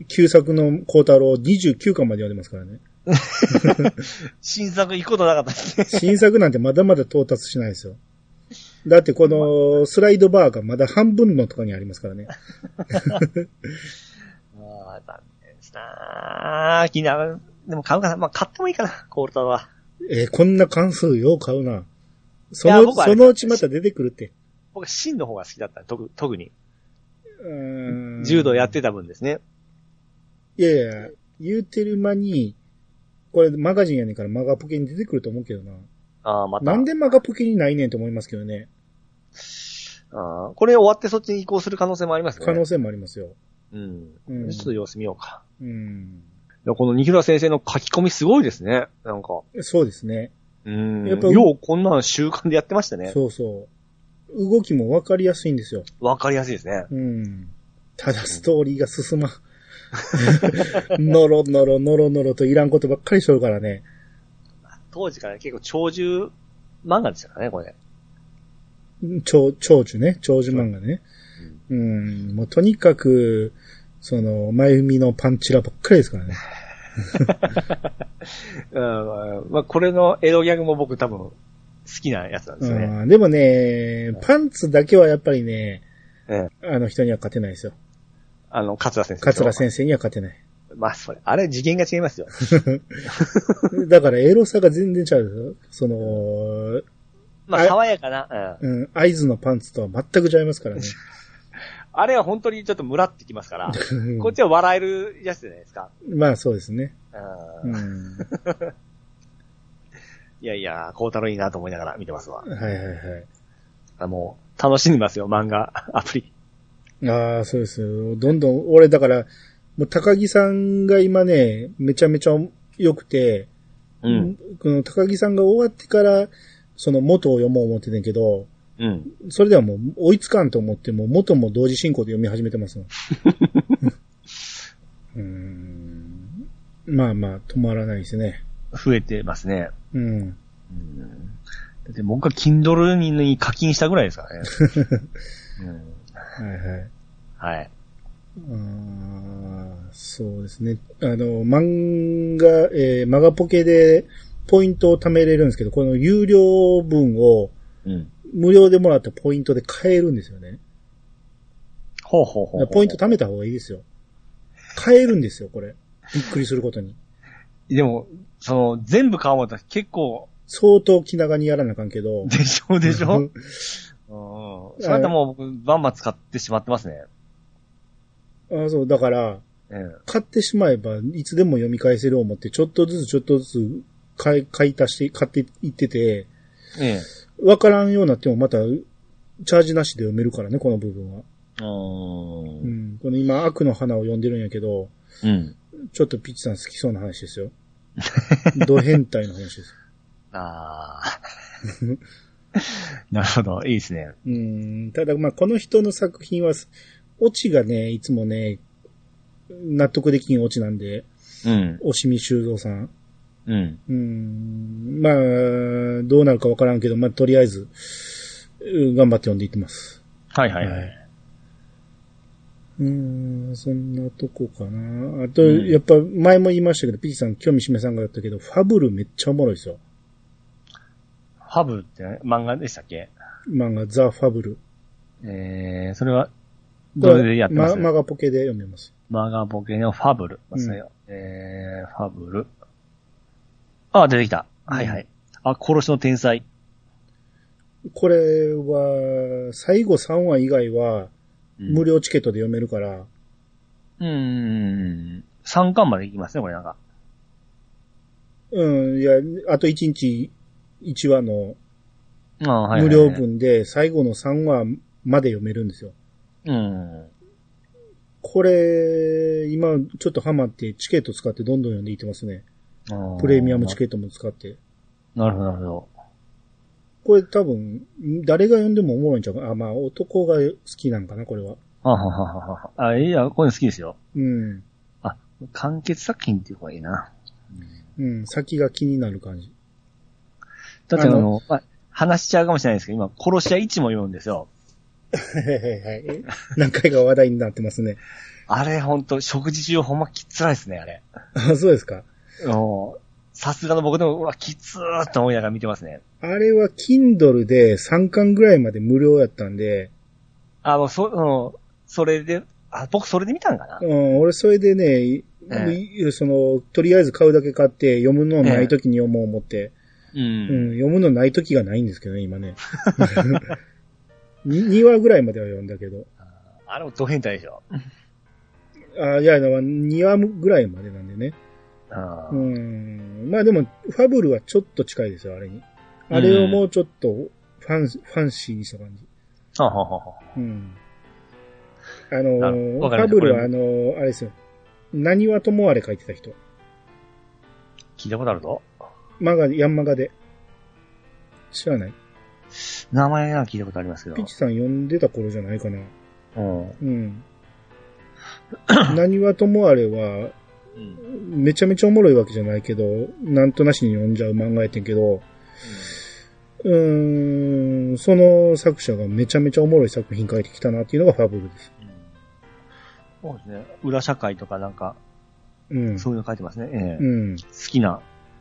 A: 旧作の孝太郎29巻まで読んでますからね。
B: 新作行くことなかったですね。
A: 新作なんてまだまだ到達しないですよ。だってこのスライドバーがまだ半分のとこにありますからね。
B: ああ、残念ですなー。気になる。でも買うかな。まあ、買ってもいいかな。コールタは。
A: えーこんな関数よう買うな。そ
B: いや
A: の、
B: 僕はあ
A: そ
B: れ
A: のうちまた出てくるって。
B: 僕は真の方が好きだった。特特に。
A: うーん
B: 柔道やっ。てた分ですね。
A: いやいや、言うてる間に、これマガジンやねんからマガポケに出てくると思うけどな。
B: ああ、また。
A: なんでマガポケにないねんと思いますけどね。
B: ああ、これ終わってそっちに移行する可能性もありますね。
A: 可能性もありますよ。
B: うん。
A: うん
B: ちょっと様子見ようか。
A: うん。
B: いやこの二浦先生の書き込みすごいですね。なんか。
A: そうですね。
B: うん。
A: や
B: や
A: っ
B: っ
A: ぱ
B: ぱようこんなの習慣でやってましたね。
A: そうそう。動きもわかりやすいんですよ。
B: わかりやすいですね。
A: うん。ただストーリーが進まん。のろのろのろのろといらんことばっかりしとるからね。
B: 当時から結構長寿漫画でしたからね、これ。
A: 長、長寿ね。長寿漫画ね。うん。もうとにかく、その、前海のパンチラばっかりですからね。
B: うん。まあ、これのエロギャグも僕多分好きなやつなんですよね。
A: うんでもね、パンツだけはやっぱりね、
B: ええ。
A: あの人には勝てないですよ。
B: あの、桂先生。
A: 桂先生には勝てない。
B: 生。まあ、それ。あれ次元が違いますよ。
A: だからエロさが全然ちゃうですよ。その、
B: ま
A: あ
B: あ、
A: れ
B: 爽やかな。うん。
A: うん、合図のパンツとは全く違いますからね。
B: あれは本当にちょっとムラってきますから。こっちは笑えるやつじゃないですか。
A: まあそうですね。
B: うん
A: う。ん
B: いやいや、孝太郎いいなと思いながら見てますわ。
A: はいはいはい。
B: あもう、楽しんでますよ、漫画、アプリ。
A: ああ、そうですよ。どんどん、俺だから、もう高木さんが今ね、めちゃめちゃ良くて、
B: うん。
A: この高木さんが終わってから、その元を読もう思ってたんやけど、
B: うん。
A: それではもう追いつかんと思って、もう元も同時進行で読み始めてますもん。
B: <laughs>
A: うんまあまあ、止まらないですね。
B: 増えてますね。
A: うん。
B: うん。だって僕は Kindle に課金したぐらいですから
A: <laughs>
B: ね。うん。
A: はいはい。
B: はい。
A: あーそうですね。あの、漫画、えーマガポケでポイントを貯めれるんですけど、この有料分を
B: うん。
A: 無料でもらったポイントで買えるんですよね。
B: ほうほうほうほう。
A: ポイント貯めた方がいいですよ。買えるんですよ、これ。びっくりすることに。
B: でも、その、全部買おうと思ったら結構、
A: 相当気長にやらなあかんけど。
B: でしょうでし
A: う
B: ょうんん。それだったらもう僕、バンバン使ってしまってますね。
A: あそう、だから、
B: うん。
A: 買ってしまえばいつでも読み返せる思って、ちょっとずつちょっとずつ買い、買い足して、買っていってて、
B: ええ。
A: わからんようになってもまた、チャージなしで読めるからね、この部分は。
B: う。
A: うんん。この今、悪の花を読んでるんやけど、
B: うん。
A: ちょっとピッチさん好きそうな話ですよ。ド変態の話です。
B: ああ。
A: <laughs>
B: なるほど。いいですね。
A: うん。ただ、まあ、この人の作品は、オチがね、いつもね、納得できんオチなんで、
B: うん。
A: 押見修造さん。
B: うん。
A: うん。まあ、どうなるかわからんけど、まあ、とりあえず、うん頑張って読んでいってます。
B: はいはいは。
A: はいうーん、そんなとこかな。あと、
B: うん
A: やっぱ前も言いましたけど、ピーチさん、興味示さんがやったけど、ファブルめっちゃおもろいですよ。
B: ハブって漫画でしたっけ
A: 漫画、ザ・ファブル。
B: えー、それは、どれでやってます、
A: ママガポケで読めます。
B: マガボケのファブル。
A: うん
B: それえー、ファブル。あ、出てきた。はいはい。あ、殺しの天才。
A: これは、最後3話以外は、無
B: 料。
A: 料チケットで読めるから、
B: うん。 3巻までいきますね、これなんか。
A: うん、いや、あと1日1話の
B: ああ、はい、は
A: 無
B: い。
A: 料。分で最後の3話まで読めるんですよ。
B: うん。
A: これ、今ちょっとハマってチケット使ってどんどん読んでいってますね。プレミアムチ
B: ッ
A: ケットも使って。
B: ト。なるほど、なるほ
A: これ多分、誰が読んでもおもろいんちゃうかあ、まあ男が好きなんかな、これは。
B: ど。はあ、はあはあはあ、あ、いや、こういうの好きですよ。
A: うん。
B: 完結作品っていう方がいいな。
A: うん、先が気になる感じ。
B: だってあの、
A: あの
B: まあ、話しちゃうかもしれないですけど、今、殺し屋一も読むんですよ。
A: はいはいはい。 <laughs> 何回か話題になってますね。
B: あれ、ほんと、食事中ほんまきっつらいですね、あれ。
A: あ、そうですか。
B: もう、さすがの僕でも、うわ、きつーっと思いながら見てますね。
A: あれは Kindle で3巻ぐらいまで無料やったんで、
B: あの、そ、うん、それで、あ、僕それで見たんかな。
A: うん、俺それでね、い
B: え
A: いその、とりあえず買うだけ買って、読むのない時に読もう思って、
B: う。
A: うんん、読むのない時がないんですけどね、今ね。 <laughs> に2話ぐらいまでは読んだけど。
B: あれもド変態でしょ。
A: あいや、2話ぐらいまでなんでね。
B: あ
A: う
B: ー
A: ん。まあでも、ファブルはちょっと近いですよ、あれに。あれをもうちょっとファン、ファンシーにした感じ。
B: はあはあはあはあ
A: うん。あの
B: な
A: ー
B: る
A: フ
B: わかりま
A: ァ
B: した
A: ブルは
B: こ
A: あのーあれですよ。何はともあれ書いてた人。
B: 聞いたことあるぞ。
A: 漫画、ヤンマガで。知らない。
B: 名前は聞いたことありますけ
A: ピ
B: ど
A: ッ。チさん読んでた頃じゃないかな。
B: うん。
A: うん。 <coughs> 何はともあれは、
B: うん。
A: めちゃめちゃおもろいわけじゃないけど、なんとなしに読んじゃう漫画やってんけど、うーん、その作者がめちゃめちゃおもろい作品書いてきたなっていうのがファブルです。
B: そうですね。裏社会とかなんか、
A: うん。
B: そういうの書いてますね。ええ
A: うん。
B: 好きな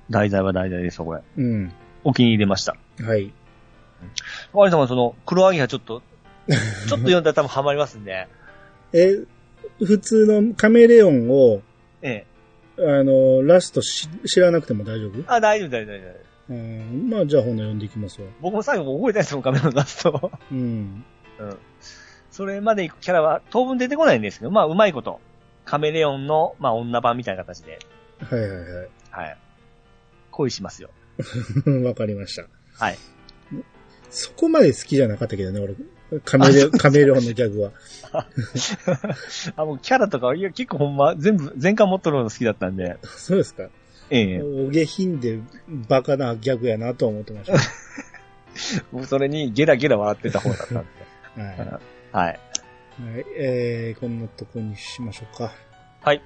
B: 題材は題材ですよ、これ。
A: うん。
B: お気に入り出ました。
A: はい。
B: あれ様、その、黒アギハちょっ
A: <laughs>
B: と、ちょっと読んだら多分ハマりますんで。
A: え、普通のカメレオンを、
B: ええ。
A: あの、ラストし知らなくても大丈夫
B: あ、大丈夫、大丈夫、大丈夫。
A: うん。まあ、じゃあ本の読んでいきますわ。
B: 僕も最後覚えてないですもん、カメラのラスト。
A: うん。
B: うん。それまで行くキャラは当分出てこないんですけど、まあ、うまいこと。カメレオンの、まあ、女版みたいな形で、
A: はいはいは
B: はい。恋しますよ。
A: い。 <laughs> わかりました。
B: はい。
A: そこまで好きじゃなかったけどね、俺。カメレオン、カメレオンのギャグは。
B: あ、もうキャラとか、いや、結構ほんま、全部、全巻持っとるの好きだったんで、
A: そうですか。
B: ええ
A: お下品でバカなギャグやなと思ってました。
B: 僕それにゲラゲラ笑ってた方だったんで。
A: はい。は
B: <laughs> はい。
A: い。えー、こんなとこにしましょうか。
B: はい。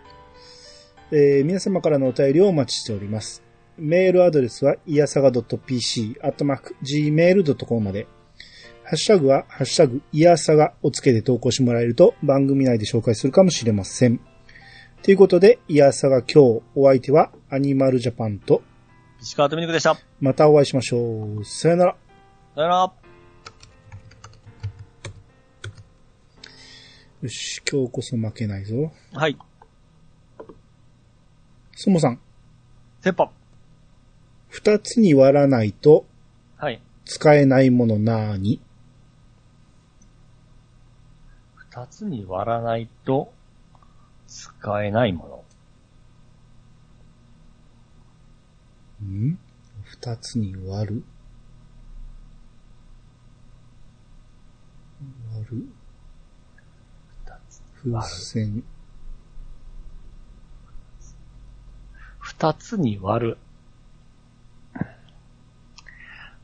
A: えー、皆様からのお便りをお待ちしております。メールアドレスは、いやさが .pc、アットマーク、gmail.com まで。ハッシュタグは、ハッシュタグ、いやさがをつけて投稿してもらえると、番組内で紹介するかもしれません。ということで、いやさが今日、お相手は、アニマルジャパンと、
B: 石川とみにくでした。さ
A: またお会いしましょう。さよなら。
B: よなら。
A: よし、今日こそ負けないぞ。
B: はい。
A: そもさん、
B: セッパ。
A: 二つに割らないと
B: はい。
A: 使えないものなーに。
B: 二つに割らないと、使えないもの。
A: ん二つに割る。割る。
B: 二つ。
A: 風船。
B: 二つに割る。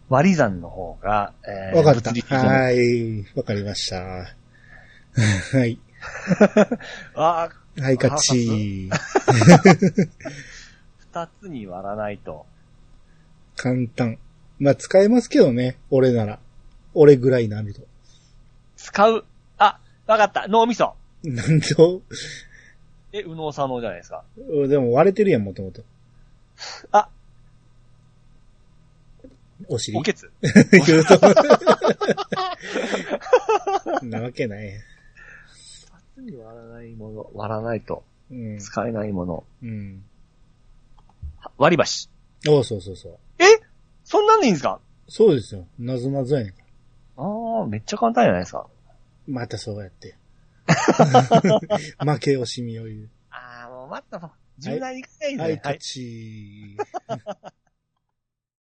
B: 割り算の方が、えー
A: わかった。
B: 物理的に
A: はい。わかりました。 <laughs> はい。
B: あー
A: はい、勝ち。
B: 二つに割らないと。
A: 簡単。まあ、使えますけどね。俺なら。俺ぐらいなると。 <laughs>
B: 使う。あ、わかった。脳みそ。
A: なんと、
B: え、右脳左脳じゃないですか。
A: でも割れてるやん、もともと。
B: あ、
A: お尻
B: お。けつ。
A: 言うとなわけない。
B: 二つに割らないもの、割らないと。
A: うん。
B: 使えないもの。
A: うん。
B: 割り箸。
A: おそうそうそう。
B: えそんなんでいいんですか
A: そうですよ。なぞなぞやねんから。
B: あー、めっちゃ簡単じゃないですか。 <laughs>
A: またそうやって。負け惜しみを言う。
B: あー、もう待ったと。重大に行きたいんで、
A: は、
B: はいい、
A: タッチ。